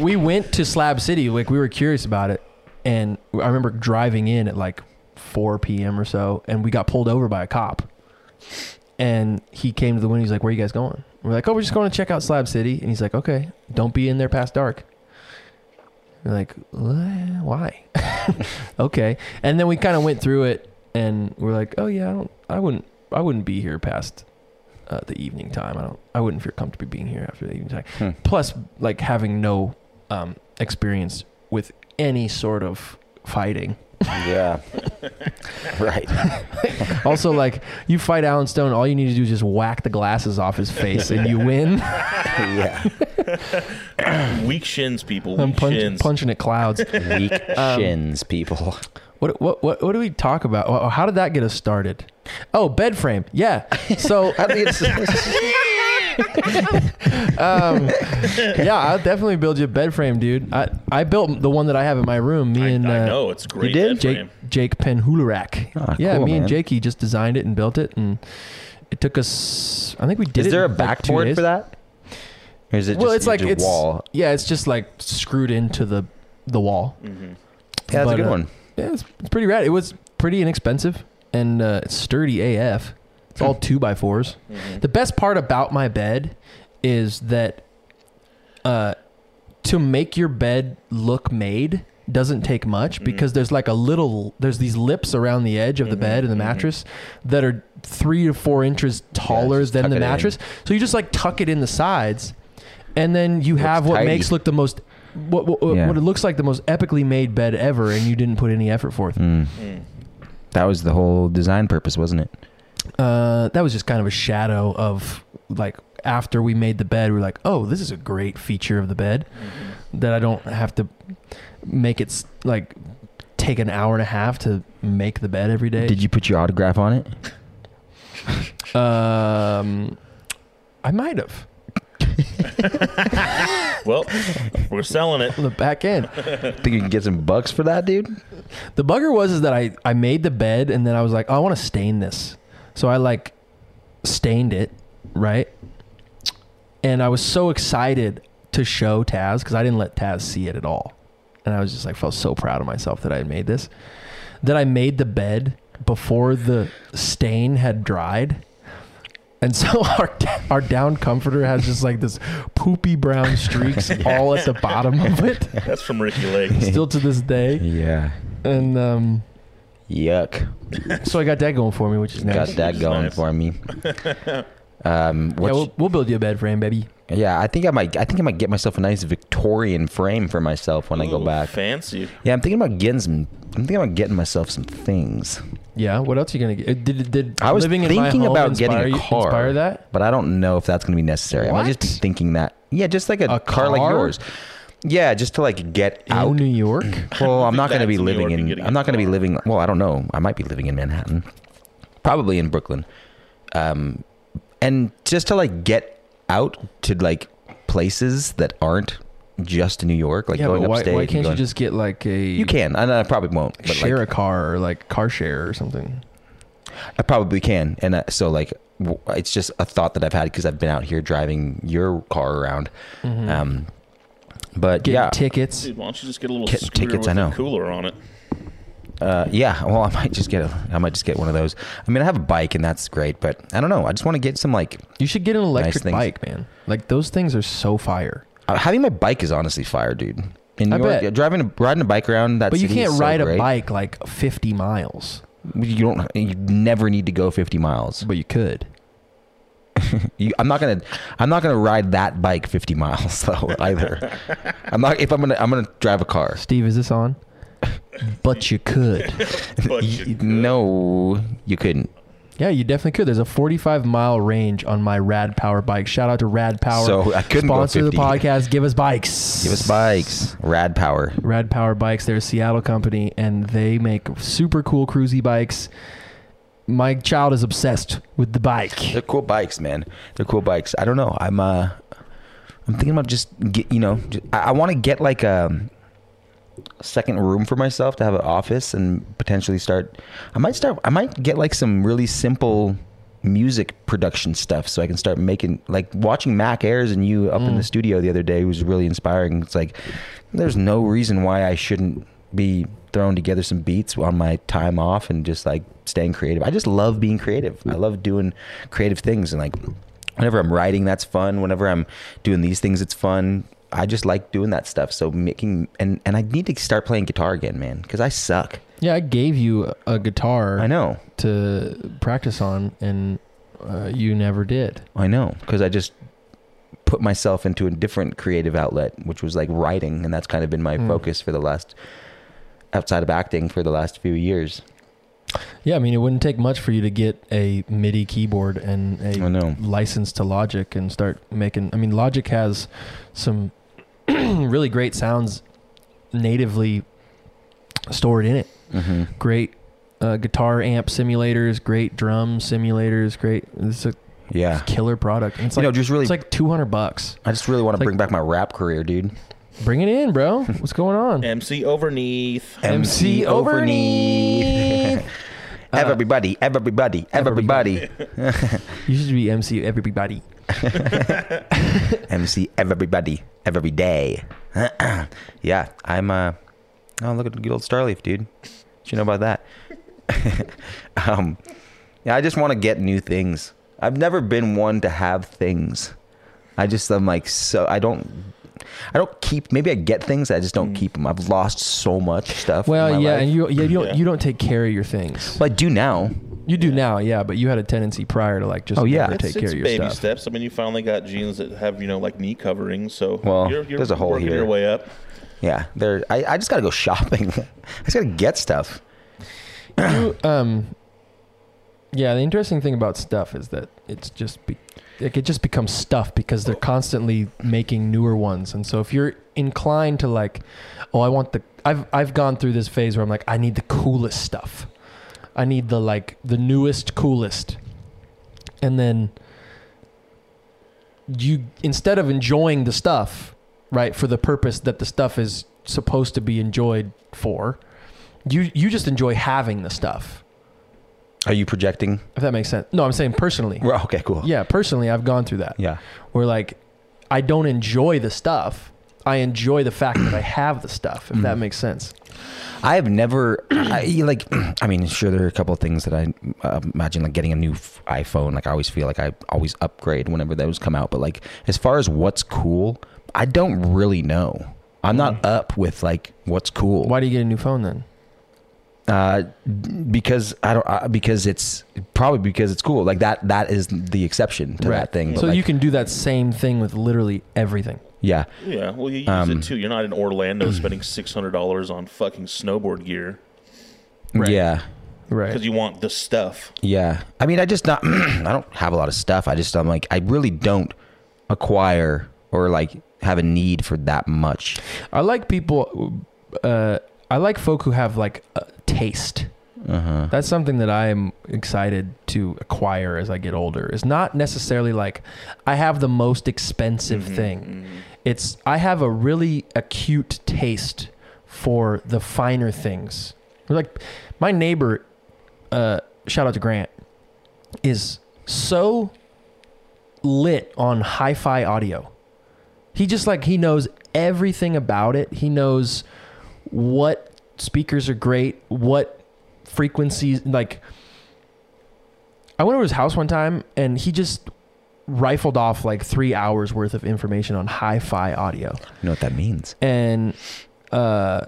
We went to Slab City. Like we were curious about it, and I remember driving in at like 4 p.m. or so, and we got pulled over by a cop. And he came to the window. He's like, "Where are you guys going?" And we're like, "Oh, we're just going to check out Slab City." And he's like, "Okay, don't be in there past dark." We're like, "Wha- "Why?" <laughs> okay. And then we kind of went through it, and we're like, "Oh yeah, I don't, I wouldn't, I wouldn't be here past uh, the evening time. I don't, I wouldn't feel comfortable being here after the evening time. Hmm. Plus, like having no um, experience with any sort of fighting. Yeah. right. <laughs> Also, like you fight Alan Stone, all you need to do is just whack the glasses off his face, and you win. <laughs> yeah. weak shins, people. I'm Weak punch, shins. punching at clouds. Weak <laughs> Um, shins, people. What, what what what do we talk about? Wha- How did that get us started? Oh, bed frame. Yeah. So How do we get- Um, <laughs> yeah, I'll definitely build you a bed frame, dude. I, I built the one that I have in my room. Me I, and I uh, know it's a great. did? head Jake frame. Jake Penhularak. Ah, yeah, cool, me man. and Jakey just designed it and built it, and it took us. I think we <laughs> did. Is it there a in, like, two backboard days. for that? Or is it well, just, it's like just it's wall? yeah, it's just like screwed into the the wall. Yeah, that's but, a good uh, one. Yeah, it's, it's pretty rad. It was pretty inexpensive and uh, it's sturdy AF. It's Hmm. all two by 4s Mm-hmm. The best part about my bed is that uh, to make your bed look made doesn't take Hmm. much because there's like a little there's these lips around the edge of Mm-hmm. the bed and the mattress that are three to four inches taller just than tuck the it in. mattress so you just like tuck it in the sides and then you have what tidy. makes look the most what what, Yeah. what it looks like the most epically made bed ever, and you didn't put any effort forth. Hmm. That was the whole design purpose, wasn't it? Uh, that was just kind of a shadow of like after we made the bed, we are like, oh, this is a great feature of the bed Mm-hmm. that I don't have to make it s- like take an hour and a half to make the bed every day. Did you put your autograph on it? you? Um, I might have Well, we're selling it. on the back end. Think you can get some bucks for that, dude? The bugger was is that I I made the bed and then I was like, oh, I want to stain this, so I like stained it, right? And I was so excited to show Taz because I didn't let Taz see it at all, and I was just like felt so proud of myself that I had made this, that I made the bed before the stain had dried. And so <laughs> our our down comforter has just like this poopy brown streaks all at the bottom of it, That's from Ricky Lake. <laughs> still to this day. Yeah. And um, Yuck. so I got that going for me, which is nice. Got that Nice. <laughs> going for me. Um, Yeah, what's, we'll, we'll build you a bed frame, baby. Yeah, I think I might. I think I might get myself a nice Victorian frame for myself when I go Ooh, back. Fancy. Yeah, I'm thinking about getting some. I'm thinking about getting myself some things. Yeah. What else are you gonna get? Uh, Did did I was living in my thinking home about inspire, getting a you- car. Inspire that? But I don't know if that's going to be necessary. I might just be What? thinking that. Yeah, just like a, A car, like car? yours. Yeah, just to like get In out. <clears throat> New York. <laughs> Well, I'm think not going to that's be in New living York, you're in. getting I'm a not going to be car. living. Well, I don't know. I might be living in Manhattan, probably in Brooklyn, um, and just to like get out to like places that aren't just New York, like yeah, going but why, upstate. why and can't you going- just get like a You can. I, I probably won't. But share like, a car or like car share or something? I probably can. And uh, so like, w- it's just a thought that I've had because I've been out here driving your car around. Hmm. Um, but Get yeah, tickets. Dude, why don't you just get a little Get scooter tickets, with I know. a cooler <laughs> on it? Uh, yeah. Well, I might just get a. I might just get one of those. I mean, I have a bike, and that's great. But I don't know. I just want to get some like You should get an electric things. bike, man. Like those things are so fire. uh, having my bike is honestly fire, dude. In New I York, bet. driving a, riding a bike around that. But you city is can't so ride a great. bike like 50 miles, You don't. You never need to go fifty miles. but you could. You, I'm not gonna. I'm not gonna ride that bike fifty <laughs> miles though either. I'm not. If I'm gonna, I'm gonna drive a car. Steve, is <laughs> this on? but you could. But You- you- no, you couldn't. Yeah, you definitely could. There's a 45 mile range on my Rad Power bike. Shout out to Rad Power. So I couldn't go sponsor the 50. podcast. Give us bikes. Give us bikes. Rad power. Rad Power Bikes. They're a Seattle company, and they make super cool cruisy bikes. My child is obsessed with the bike. They're cool bikes, man. They're cool bikes. I don't know. I'm uh, I'm thinking about just get you know. ju- I, I want to get like a, a second room for myself to have an office and potentially start. I might start. I might get like some really simple music production stuff so I can start making like watching Mac Ayers and you up in the studio the other day was really inspiring. It's like there's no reason why I shouldn't be throwing together some beats on my time off and just like staying creative. I just love being creative. I love doing creative things and like whenever I'm writing that's fun. Whenever I'm doing these things it's fun. I just like doing that stuff. So making and and I need to start playing guitar again, man, cuz I suck. Yeah, I gave you a guitar I know. to practice on, and uh, you never did. I know, because I just put myself into a different creative outlet, which was like writing, and that's kind of been my Hmm. focus for the last, outside of acting, for the last few years. Yeah, I mean, it wouldn't take much for you to get a MIDI keyboard and I a know. license to Logic and start making. I mean, Logic has some <clears throat> really great sounds natively stored in it. hmm Great uh, guitar amp simulators, great drum simulators, great. It's a Yeah, killer product. And It's you like know, just really, it's like two hundred bucks. I just really want it's to like- bring back my rap career, dude. Bring it in, <laughs> bro. What's going on? MC overneath. MC Overneath. Uh, everybody, everybody, everybody, You should be MC everybody. MC everybody, every day. <clears throat> yeah, I'm. Uh, oh, look at good old Starleaf, dude. What you know about that? <laughs> um, yeah, I just want to get new things. I've never been one to have things. I just I'm like so I don't I don't keep maybe I get things I just don't keep them. I've lost so much stuff. in my Mm. Well, yeah, life. and you yeah you don't Yeah. you don't take care of your things. Well, I do now. You do now, yeah, but you had a tendency prior to like just Oh, yeah. never It's- take It's, care it's of your baby stuff. steps. I mean, you finally got jeans that have you know like knee coverings. So Well, you're, you're there's a hole working here. your way up. Yeah, there. I, I just gotta go <laughs> shopping. I just gotta get stuff. You, um, yeah, the interesting thing about stuff is that it's just be, like it just becomes stuff because they're constantly making newer ones, and so if you're inclined to like, oh, I want the I've I've gone through this phase where I'm like, I need the coolest stuff, I need the like the newest coolest, and then you instead of enjoying the stuff right for the purpose that the stuff is supposed to be enjoyed for you you just enjoy having the stuff Are you projecting? if that makes sense no i'm saying personally Well, okay, cool. yeah personally i've gone through that yeah. where like i don't enjoy the stuff i enjoy the fact that i have the stuff if Mm-hmm. that makes sense I have never, I, <clears throat> like, I mean, sure, there are a couple of things that I uh, imagine, like getting a new f- iPhone. Like, I always feel like I always upgrade whenever those come out. But, like, as far as what's cool, I Mm-hmm. don't really know. I'm not up with, like, what's cool. why do you get a new phone then uh, because I don't uh, because it's probably because it's cool. Like that that is the exception to that thing. But So like, you can do that same thing with literally everything. yeah, Yeah, well, you use Um, it too. You're not <clears throat> in Orlando spending six hundred dollars on fucking snowboard gear Right. yeah, Right. because you want the stuff. yeah. I mean, I just not <clears throat> I don't have a lot of stuff. I just I'm like I really don't acquire or like have a need for that much. I like people. Uh, I like folk who have like a taste. Uh-huh. That's something that I am excited to acquire as I get older. It's not necessarily like I have the most expensive Mm-hmm. thing. It's I have a really acute taste for the finer things. Like my neighbor, uh, shout out to Grant, is so lit on hi-fi audio. He just like he knows everything about it. He knows what speakers are great, what frequencies like I went over to his house one time and he just rifled off like 3 hours worth of information on hi-fi audio. You know what that means? And uh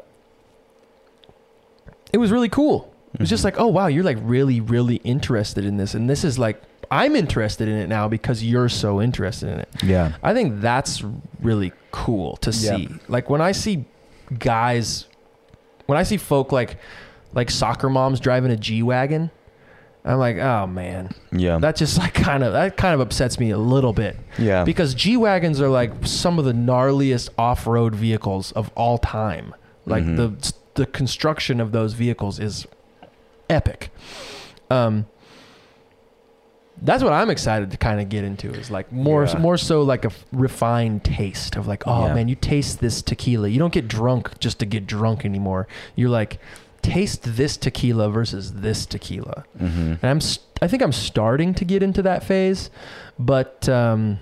it was really cool. It was just like, "Oh wow, you're like really really interested in this." And this is like I'm interested in it now because you're so interested in it. Yeah, I think that's really cool to Yeah. see. Like when I see guys, when I see folk like like soccer moms driving a G wagon, I'm like, oh man, yeah, that just like kind of that kind of upsets me a little bit yeah. because G wagons are like some of the gnarliest off road vehicles of all time. Like Mm-hmm. the the construction of those vehicles is epic. Um, that's what I'm excited to kind of get into is like more Yeah. more so like a f- refined taste of like oh Yeah. man you taste this tequila you don't get drunk just to get drunk anymore you're like taste this tequila versus this tequila mm-hmm. and I'm st- I think I'm starting to get into that phase, but um,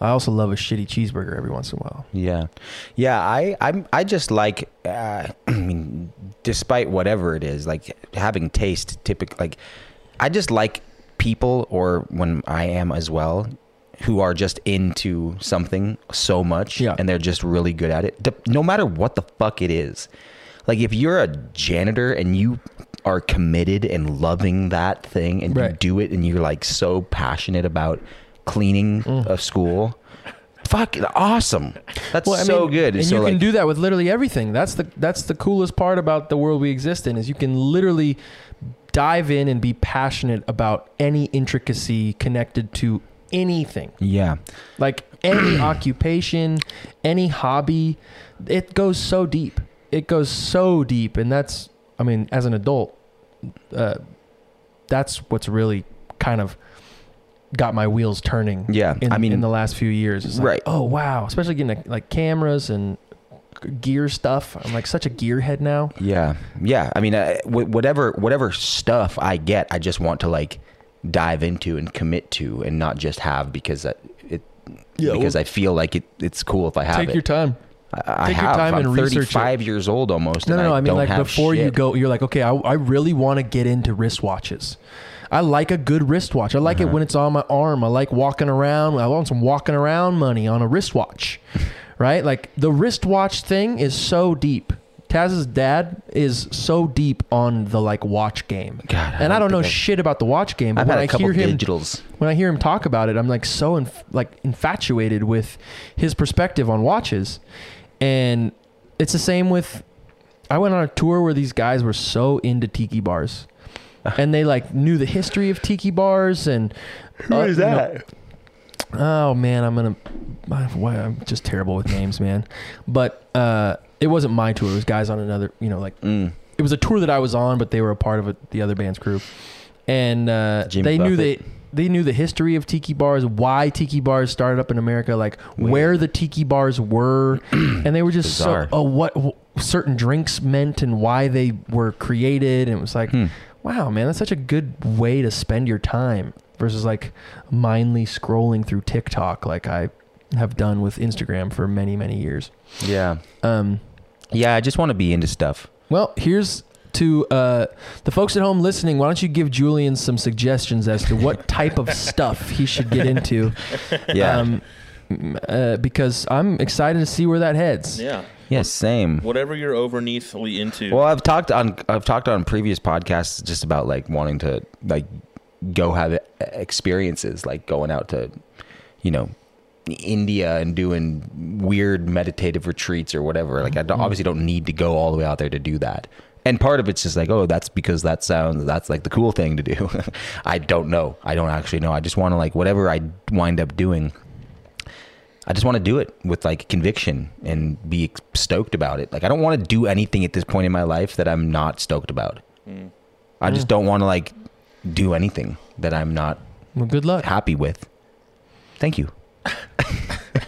I also love a shitty cheeseburger every once in a while. Yeah, yeah. I I'm I just like uh, <clears throat> I mean, despite whatever it is, like having taste. Typical, like I just like people, or when I am as well, who are just into something so much, Yeah. and they're just really good at it. Dep- No matter what the fuck it is, like if you're a janitor and you are committed and loving that thing, and you Right. do it, and you're like so passionate about cleaning Mm. a school. Fucking awesome! That's Well, I so mean, good. and so you like, can do that with literally everything. That's the that's the coolest part about the world we exist in is you can literally dive in and be passionate about any intricacy connected to anything. yeah, like <clears throat> any occupation any hobby it goes so deep it goes so deep and that's i mean as an adult uh, that's what's really kind of got my wheels turning yeah. in, I mean, in the last few years it's like, Right. oh wow especially getting like, like cameras and g- gear stuff i'm like such a gearhead now yeah, yeah. I mean, uh, wh- whatever whatever stuff I get, I just want to like dive into and commit to, and not just have because I, it Yeah, because well- I feel like it, it's cool if I have take it. your time I, I take your have. time I'm and research it. 35 years old almost. No, and no, no. I mean, don't like have before you shit. go, you're like, okay, I, I really want to get into wristwatches. I like a good wristwatch. I Uh-huh. like it when it's on my arm. I like walking around. I want some walking around money on <laughs> a wristwatch, right? Like the wristwatch thing is so deep. Taz's dad is so deep on the like watch game, God, I and I don't don't know think I've- shit about the watch game. But I've when had I a couple hear him, digitals. when I hear him talk about it, I'm like so inf- like infatuated with his perspective on watches, and it's the same with. I went on a tour where these guys were so into tiki bars, and they like knew the history of tiki bars and. uh, you know- oh man, I'm gonna. my- why- I'm just terrible with names, man. But uh, it wasn't my tour. It was guys on another. You know, like Mm. it was a tour that I was on, but they were a part of it, the other band's crew, and uh, Jimmy they knew Buffett. they they knew the history of tiki bars, why tiki bars started up in America, like where the tiki <clears throat> bars were, and they were just Bizarre. so oh what w- certain drinks meant and why they were created, and it was like, Hmm. wow, man, that's such a good way to spend your time versus like mindlessly scrolling through TikTok like I have done with Instagram for many many years. Yeah, Um, yeah. I just want to be into stuff. well, here's to uh, the folks at home listening. Why don't you give Julian some suggestions as to what type of stuff he should get into? <laughs> Yeah, Um, m- uh, because I'm excited to see where that heads. Yeah, Yeah, same. Whatever you're overneathly into. Well, I've talked on I've talked on previous podcasts just about like wanting to like go have e-, experiences, like going out to, you know, India and doing weird meditative retreats or whatever. Like I don't, obviously don't need to go all the way out there to do that. And part of it's just like, oh, that's because that sounds that's like the cool thing to do. <laughs> I don't know. I don't actually know. I just want to like whatever I wind up doing. I just want to do it with like conviction and be stoked about it. Like I don't want to do anything at this point in my life that I'm not stoked about. mm, I Mm. just don't want to like do anything that I'm not Well, good luck. happy with. Thank <laughs> you. <laughs>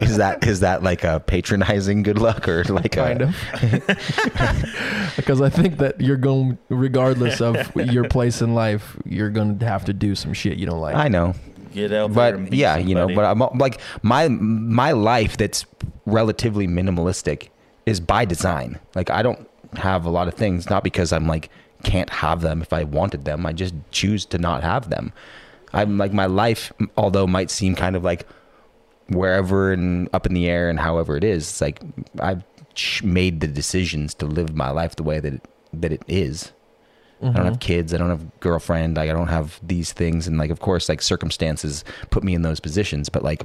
is that is that like a patronizing good luck or like kind a, of <laughs> because i think that you're going regardless of your place in life you're going to have to do some shit you don't like I know, Get out there. and but beat yeah, you know, somebody. but I'm like my my life that's relatively minimalistic is by design. Like I don't have a lot of things, not because I'm like can't have them if I wanted them. I just choose to not have them. I'm like my life, although might seem kind of like wherever and up in the air and however it is. It's like I've ch- made the decisions to live my life the way that it, that it is. I don't have kids. I don't have girlfriend. Like, I don't have these things. And like, of course, like circumstances put me in those positions. But like,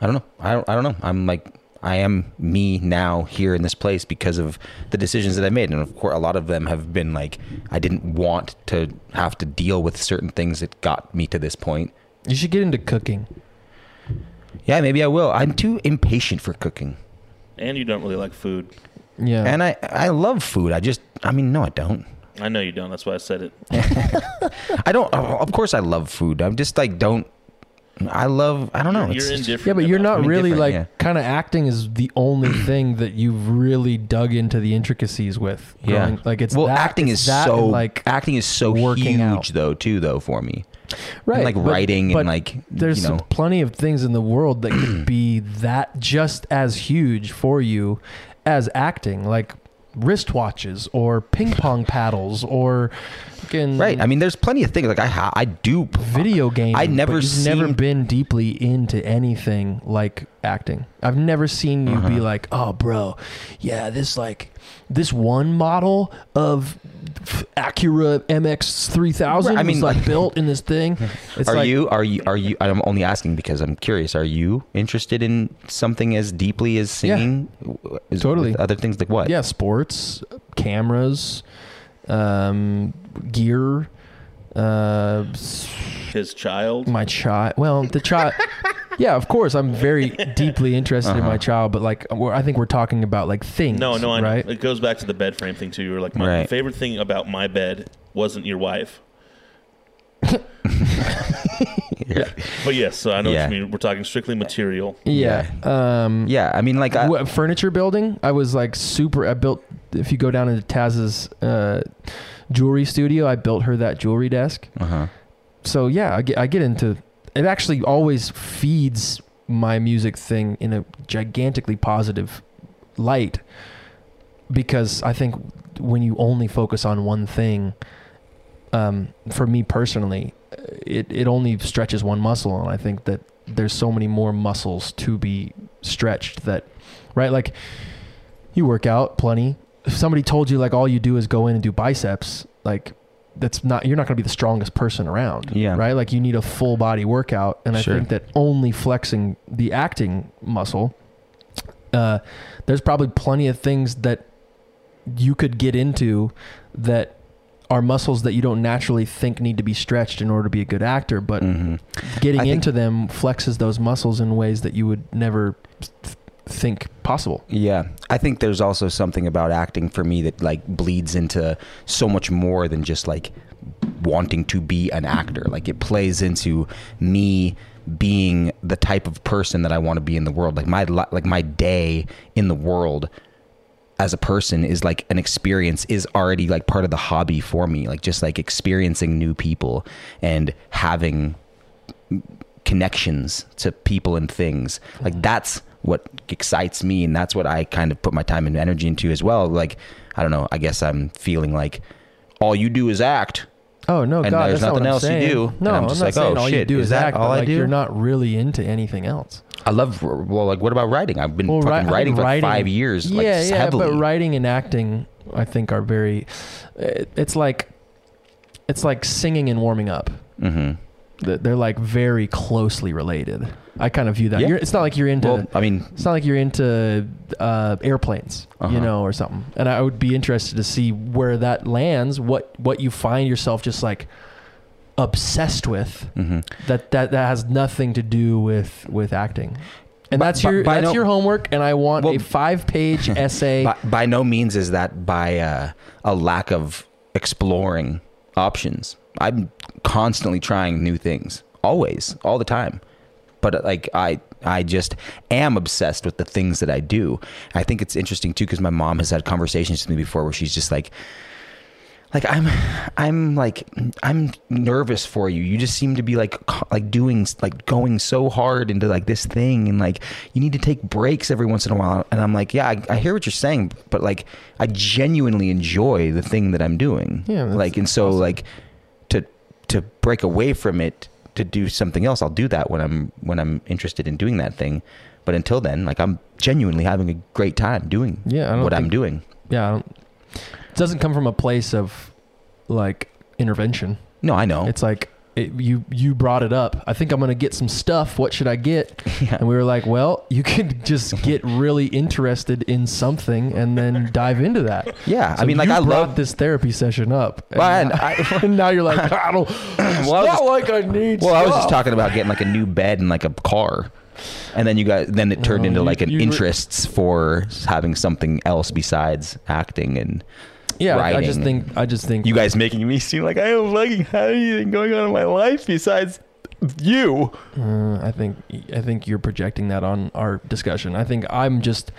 I don't know. I don't, I don't know. I'm like, I am me now here in this place because of the decisions that I made. And of course, a lot of them have been like, I didn't want to have to deal with certain things that got me to this point. you should get into cooking Yeah, maybe I will. I'm too impatient for cooking. and you don't really like food. yeah And I, I love food. I just, I mean, no, I don't. I know you don't. That's why I said it. I don't, oh, of course, I love food. I'm just like, don't, I love, I don't know. You're, It's- you're indifferent. yeah but you're about not I mean, really different, like yeah. kind of acting is the <clears throat> only thing that you've really dug into the intricacies with Yeah, growing- like it's well, that- acting it's is that so and, like acting is so working huge out. though too though for me. right and like but- writing but and like there's you know plenty of things in the world that <clears throat> could be that just as huge for you as acting, like wristwatches or ping pong paddles or fucking right. I mean, there's plenty of things like I ha- I do video games. I never but you've never seen- been deeply into anything like acting. I've never seen you Uh-huh. be like, oh, bro, yeah, this like this one model of Acura MX three thousand. Right, I I mean, mean, <laughs> was, like like- built in this thing. It's are like, you are you are you? I'm only asking because I'm curious. Are you interested in something as deeply as Yeah. singing? W- is- Totally. with Other things like what? yeah, sports, cameras, um, gear, uh, s- <laughs> his child. my child. Well, the child. yeah, of course, I'm very deeply interested in my child, but like, we're, I think we're talking about like things. No, no, I know. right? It goes back to the bed frame thing too. You were like, my Right. favorite thing about my bed wasn't your wife. yeah. But yes, so I know Yeah. what you mean. We're talking strictly material. yeah. Um, <laughs> Yeah, I mean, like I, what, furniture building. I was like super. I built. If you go down into Taz's uh, jewelry studio, I built her that jewelry desk. uh-huh. so yeah, I get, I get into it. Actually, always feeds my music thing in a gigantically positive light because I think when you only focus on one thing, um, for me personally, it it only stretches one muscle, and I think that there's so many more muscles to be stretched that, right? Like, you work out plenty. If somebody told you like all you do is go in and do biceps, like that's not you're not going to be the strongest person around Yeah. right like you need a full body workout and Sure. i think that only flexing the acting muscle uh, there's probably plenty of things that you could get into that are muscles that you don't naturally think need to be stretched in order to be a good actor but hmm getting I think- into them flexes those muscles in ways that you would never th- think possible Yeah. I think there's also something about acting for me that like bleeds into so much more than just like wanting to be an actor. Like it plays into me being the type of person that I want to be in the world. Like my li- like my day in the world as a person is like an experience is already like part of the hobby for me. Like just like experiencing new people and having connections to people and things. Like that's what excites me and that's what I kind of put my time and energy into as well. Like I don't know, I guess I'm feeling like all you do is act. Oh no, And God, there's that's nothing not what I'm else you saying. do, and No, I'm I'm just not like, saying oh, all you shit, do is is, that act, but, all I like, do? You're not really into anything else. I love well, like what about writing? I've been Well, fucking ri- I writing mean, for like five years, like yeah, yeah, heavily. but writing and acting, I think, are very. it- It's like, it's like singing and warming up. hmm Th- They're like very closely related. I kind of view that. Yeah. You're, it's not like you're into. Well, I mean, it's not like you're into uh, airplanes, Uh-huh. you know, or something. And I would be interested to see where that lands. What what you find yourself just like obsessed with mhm. that that that has nothing to do with with acting. And By- that's by- your by that's no- your homework. And I want Well- a five <laughs> page essay. by, by no means is that by uh, a lack of exploring options. I'm constantly trying new things, always, all the time. But uh, like I, I just am obsessed with the things that I do. I think it's interesting too because my mom has had conversations with me before where she's just like, like I'm, I'm like I'm nervous for you. You just seem to be like co- like doing like going so hard into like this thing, and like you need to take breaks every once in a while. And I'm like, yeah, I, I hear what you're saying, but like I genuinely enjoy the thing that I'm doing. Yeah, that's like and so awesome. like to to break away from it to do something else, I'll do that when I'm when I'm interested in doing that thing. But until then, like I'm genuinely having a great time doing Yeah, I don't what I'm think- doing. yeah, I don't, it doesn't come from a place of like intervention. No, I know. It's like it, you you brought it up. I think I'm gonna get some stuff. What should I <laughs> get? <laughs> yeah. And we were like, well, you <laughs> could just get really interested in something and then dive into that. Yeah, I So mean, like you I brought love this therapy session up, and, Well, and <laughs> now, <laughs> and now you're like, I don't. <coughs> It's Well, I was not just- like I need. Well, I was just stuff. talking about getting like a new bed and like a car. And then you got then it turned Oh, into you- like an you were- interests for having something else besides acting and Yeah, I- I just writing. think I just think you guys making me seem like I don't fucking have anything going on in my life besides you. Uh, I think I think you're projecting that on our discussion. I think I'm just,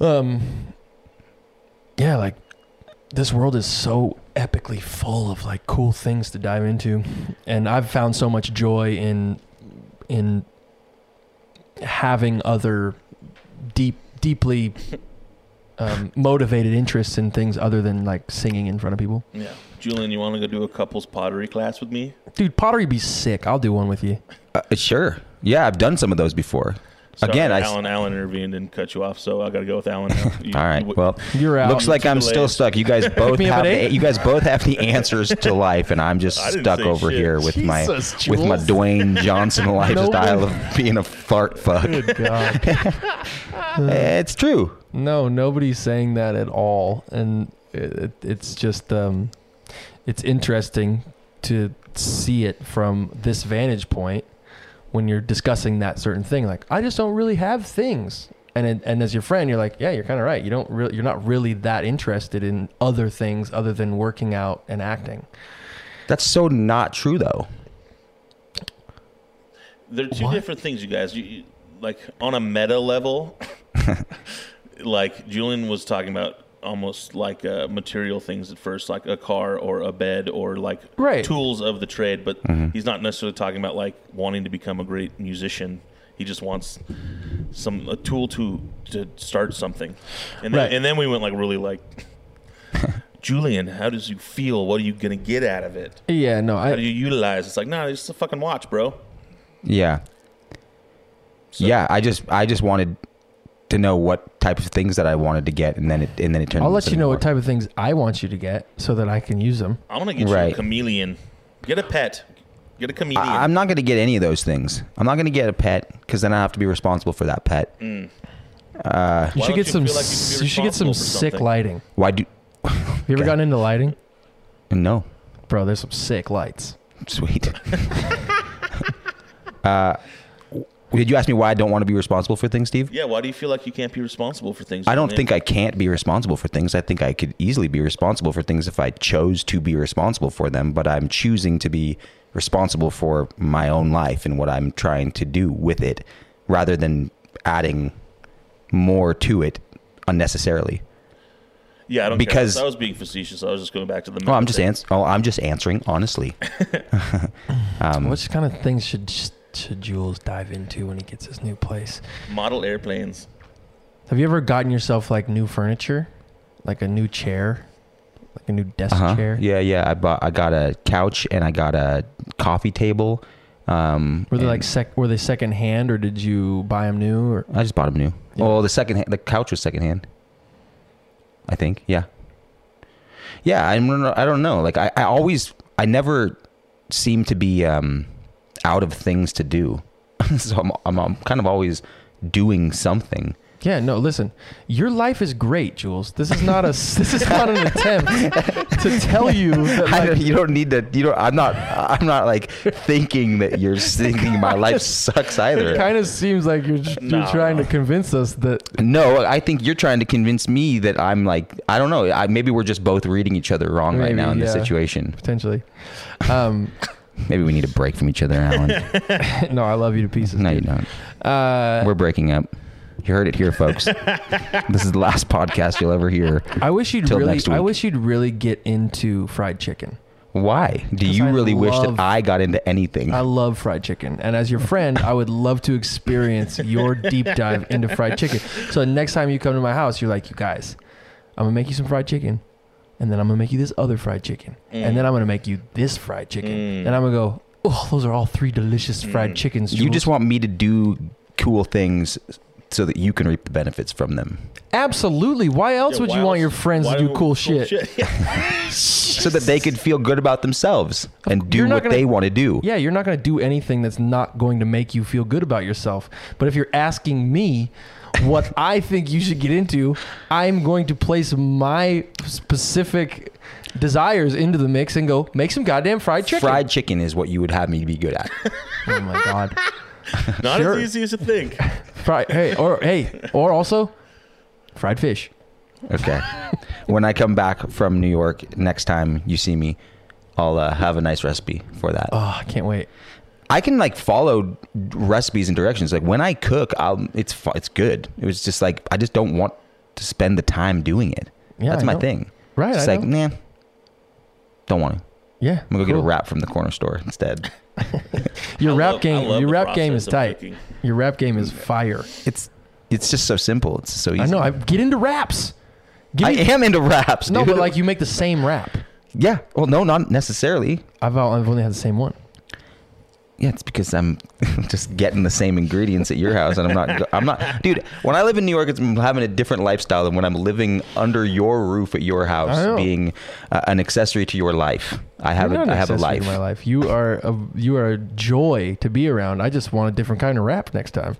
um, yeah, like this world is so epically full of like cool things to dive into, and I've found so much joy in in having other deep deeply <laughs> um, motivated interests in things other than like singing in front of people. Yeah. Julian, you want to go do a couples pottery class with me? Dude, pottery be sick. I'll do one with you. Uh, sure. Yeah, I've done some of those before. Again, I s- Alan Alan intervened and cut you off, so I got to go with Alan. <laughs> Now. You- All right. you- Well, You're out. looks like Too I'm still late. stuck. You <laughs> guys both me up have at the, eight. you guys both have <laughs> the answers to life, and I'm just I didn't stuck say over shit. here with my Jesus, with my Dwayne <laughs> Johnson <laughs> lifestyle of being a fart fuck. Good <laughs> God. Uh. it's true. No, nobody's saying that at all, and it, it, it's just um, it's interesting to see it from this vantage point when you're discussing that certain thing. Like, I just don't really have things, and it, and as your friend, you're like, yeah, you're kind of right. You don't really, you're not really that interested in other things other than working out and acting. That's so not true, though. They're two What? different things, you guys. You, you, like on a <laughs> meta level, like Julian was talking about almost like uh, material things at first, like a car or a bed or like Right. Mm-hmm. tools of the trade. But he's not necessarily talking about like wanting to become a great musician. He just wants some a tool to to start something. And then, Right. and then we went like <laughs> really like. Julian, how does you feel? What are you gonna get out of it? Yeah, no, How do I you utilize? It's like, nah, it's a fucking watch, bro. Yeah. yeah, I just I just wanted to know what type of things that I wanted to get, and then it and then it turned. I'll into let you something know more. what type of things I want you to get so that I can use them. I want to get you Right. a chameleon. Get a pet. Get a chameleon. I, I'm not going to get any of those things. I'm not going to get a pet because then I have to be responsible for that pet. Mm. Uh, You should Why don't get you some. feel like you s- can You, be should get some responsible for sick something? lighting. why do? Have you ever Okay. gotten into lighting? No, Bro, there's some sick lights. sweet. <laughs> uh, did you ask me why I don't want to be responsible for things, Steve? yeah. Why do you feel like you can't be responsible for things? I don't think I can't be responsible for things. I think I could easily be responsible for things if I chose to be responsible for them, but I'm choosing to be responsible for my own life and what I'm trying to do with it rather than adding more to it unnecessarily. Yeah, I don't because- care. I was being facetious. I was just going back to the. Oh, I'm just thing. ans- oh, I'm just answering honestly. um, What kind of things should should Jules dive into when he gets his new place? model airplanes. Have you ever gotten yourself like new furniture, like a new chair, like like a new desk Uh-huh. chair. Yeah, yeah. I bought. I got a couch and I got a coffee table. Um, Were they and like sec? Were they second hand or did you buy them new? Or I just bought them new. Yeah. Oh, the second hand, the couch was second hand. I think. Yeah. Yeah, I don't know. I don't know. Like I, I always, I never seem to be um, out of things to do, <laughs> so I'm, I'm, I'm kind of always doing something. yeah, no. Listen, your life is great, Jules. This is not a. s- this is not an attempt to <laughs> tell you that I don't, <laughs> like, you don't need to. You don't. I'm not. I'm not like thinking that you're thinking <laughs> my life sucks either. It kind of seems like you're just, you're No. trying to convince us that No, I think you're trying to convince me that I'm like I don't know. I, maybe we're just both reading each other wrong right Maybe, now in this yeah. situation. potentially. Um, <laughs> Maybe we need a break from each other, Alan. no, I love you to pieces. no, you dude. don't. Uh, We're breaking up. You heard it here, <laughs> folks. this is the last podcast you'll ever hear. I wish you'd Till really. next I week. wish you'd really get into fried chicken. Why do 'Cause you I really wish love- that I got into anything? I love fried chicken, and as your friend, I would love to experience your deep dive into fried chicken. So the next time you come to my house, you're like, "You guys, I'm gonna make you some fried chicken, and then I'm gonna make you this other fried chicken, and then I'm gonna make you this fried chicken, Mm. and I'm gonna go." Oh, those are all three delicious fried chickens. you Jules." just want me to do cool things so that you can reap the benefits from them, absolutely. Why else Yeah, would why you want else- your friends why to do cool, shit? <laughs> <laughs> so that they could feel good about themselves and do You're not what gonna- they want to do. Yeah, you're not going to do anything that's not going to make you feel good about yourself. But if you're asking me what <laughs> I think you should get into, I'm going to place my specific desires into the mix and go make some goddamn fried chicken. Fried chicken is what you would have me be good at. Oh my god. Not Sure. as easy as you think. Fried. Hey, or hey, or also fried fish. Okay. when I come back from New York next time you see me, I'll uh, have a nice recipe for that. Oh, I can't wait. I can like follow recipes and directions. Like when I cook, I'll it's fu- it's good. It was just like I just don't want to spend the time doing it. Yeah, That's I my know. thing. Right. It's I like know. nah, don't want to. yeah. I'm gonna go get cool. a wrap from the corner store instead. Your I rap love- I game. love Your the rap game process is of tight. cooking. Your rap game is fire. It's it's just so simple. It's so easy. I know. I get into raps. Get I in- am into wraps. <laughs> No, dude. but like you make the same rap. yeah. Well, no, not necessarily. I've al- I've only had the same one. Yeah, it's because I'm <laughs> just getting the same ingredients at your house, and I'm not. I'm not, dude. When I live in New York, it's I'm having a different lifestyle than when I'm living under your roof at your I know. house, being uh, an accessory to your life. I have. You're A, not I have a accessory life. to My life. You are a you are a joy to be around. I just want a different kind of rap next time.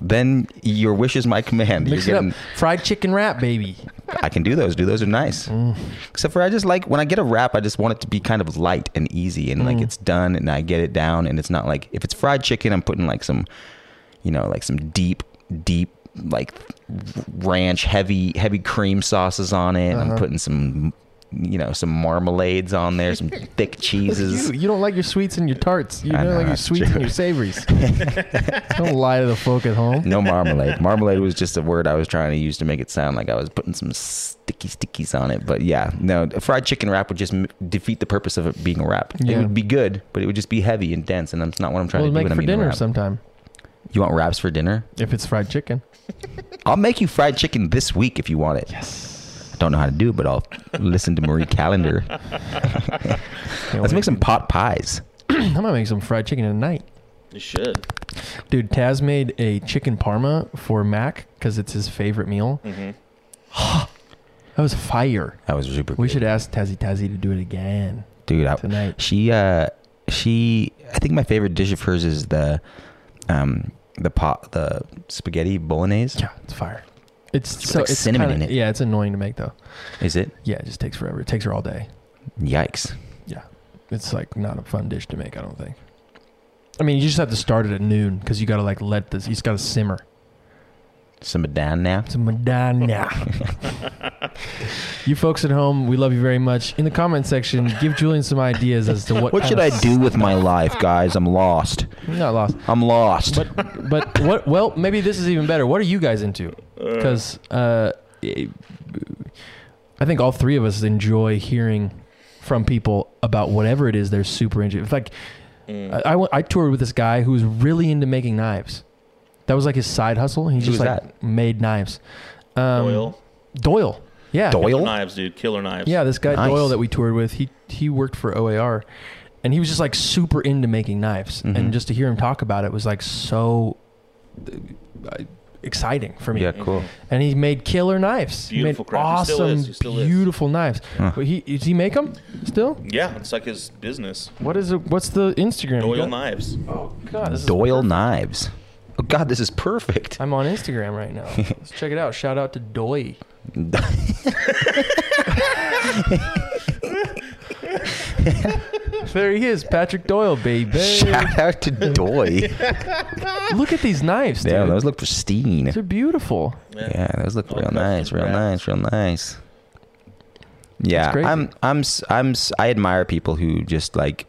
Then your wish is my command. Mix You're it up. Fried chicken wrap, baby. I can do those. Do those are nice. Mm. Except for I just like when I get a wrap, I just want it to be kind of light and easy, and Mm. like it's done, and I get it down, and it's not like if it's fried chicken, I'm putting like some, you know, like some deep, deep like ranch heavy heavy cream sauces on it. I'm Uh-huh. putting some, you know, some marmalades on there, some <laughs> thick cheeses. You, you don't like your sweets and your tarts. You I don't know, like your that's sweets true. and <laughs> your <laughs> savories. don't lie to the folk at home. No marmalade. marmalade was just a word I was trying to use to make it sound like I was putting some sticky stickies on it. But yeah, no, a fried chicken wrap would just m- defeat the purpose of it being a wrap. It Yeah. would be good, but it would just be heavy and dense, and that's not what I'm trying We'll to do make when it I'm for eating a dinner wrap. sometime You want wraps for dinner? if it's fried chicken. I'll make you fried chicken this week if you want it. Yes. I don't know how to do, it, but I'll listen to Marie <laughs> Calendar. Let's make some <clears throat> pot pies. I might make some fried chicken tonight. You should. Dude, Taz made a chicken parma for Mac because it's his favorite meal. Mhm. That was fire. That was super. We good. should ask Tazzy Tazzy to do it again dude. I, tonight. She uh she I think my favorite dish of hers is the um the pot the spaghetti bolognese. Yeah, it's fire. It's Just put, so like, it's cinnamon kinda- in it. Yeah, it's annoying to make though. Is it? Yeah, it just takes forever. It takes her all day. Yikes. Yeah, it's like not a fun dish to make. I don't think. I mean, you just have to start it at noon because you gotta like let this. You just gotta simmer. Some down now. It's <laughs> a Madonna. you folks at home, we love you very much. In the comment section, give Julian some ideas as to what. What kind should of I s- do with my life, guys? I'm lost. You're Not lost. I'm lost. But but what? Well, maybe this is even better. What are you guys into? Because uh, I think all three of us enjoy hearing from people about whatever it is they're super into. In fact, Mm. I I, went- I toured with this guy who was really into making knives. That was like his side hustle. He Who was just like made knives. Um, Oil. Doyle. Yeah. Killer Doyle. knives, dude. Killer knives. Yeah, this guy Nice. Doyle that we toured with, he he worked for OAR, and he was just like super into making knives, Mm-hmm. and just to hear him talk about it was like so uh, exciting for me. Yeah, cool. And he made killer knives. He made Beautiful craft. He still awesome, is. He still is. beautiful knives. But he does he make them still? Yeah, it's like his business. What is it? What's the Instagram? Doyle God- knives. Oh God, this is- Doyle knives. Oh God, this is perfect. I'm on Instagram <laughs> right now. Let's check it out. Shout out to Doy. There he is, Patrick Doyle, baby. <laughs> Shout out <laughs> to Doy. Look at these knives, dude. Damn, those look pristine. They're beautiful. Yeah, those look All real custom nice, real wrapped. nice, real nice. Yeah, crazy. I'm, I'm, s- I'm, s- I admire people who just like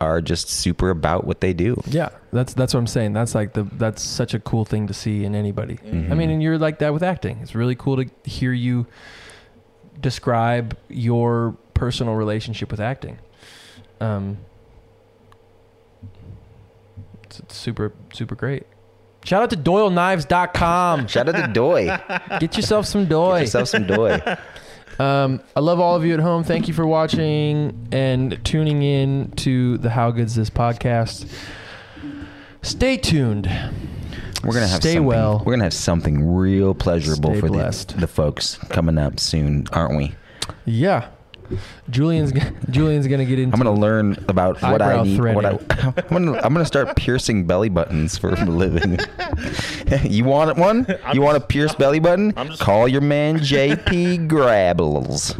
are just super about what they do. Yeah, that's that's what I'm saying. That's like the that's such a cool thing to see in anybody. I Mm-hmm. Mm. mean, and you're like that with acting. It's really cool to hear you describe your personal relationship with acting. Um, it's, it's super super great. Shout out to DoyleKnives.com. <laughs> Shout <laughs> out to Doy. Get yourself some Doy. Yourself some Doy. Um, I love all of you at home. Thank you for watching and tuning in to the How Good's This podcast. Stay tuned. We're gonna have Stay something, well. We're gonna have something real pleasurable Stay for the, blessed. the folks coming up soon, aren't we? Yeah, Julian's g- <laughs> Julian's gonna get into. I'm gonna learn about what Eyebrow I need. What I, threading. <laughs> I'm gonna I'm gonna start piercing belly buttons for a living. <laughs> you want one? you want a pierced belly button? I'm just- Call your man JP <laughs> Grabbles.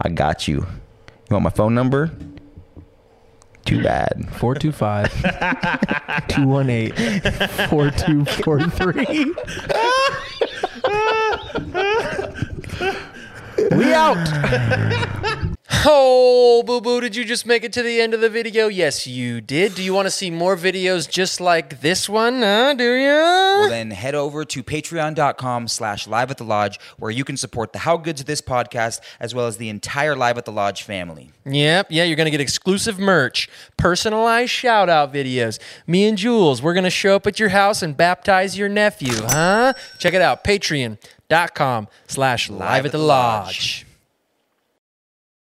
I got you. You want my phone number? Too bad. <laughs> 425 218 4243. We out. Oh, boo boo, did you just make it to the end of the video? Yes, you did. Do you want to see more videos just like this one? Huh? Do you? Well, then head over to patreon.com slash live at the lodge where you can support the How Goods This podcast as well as the entire Live at the Lodge family. Yep, yeah, you're gonna get exclusive merch, personalized shout out videos. Me and Jules, we're gonna show up at your house and baptize your nephew, huh? Check it out, patreon.com slash live at the lodge.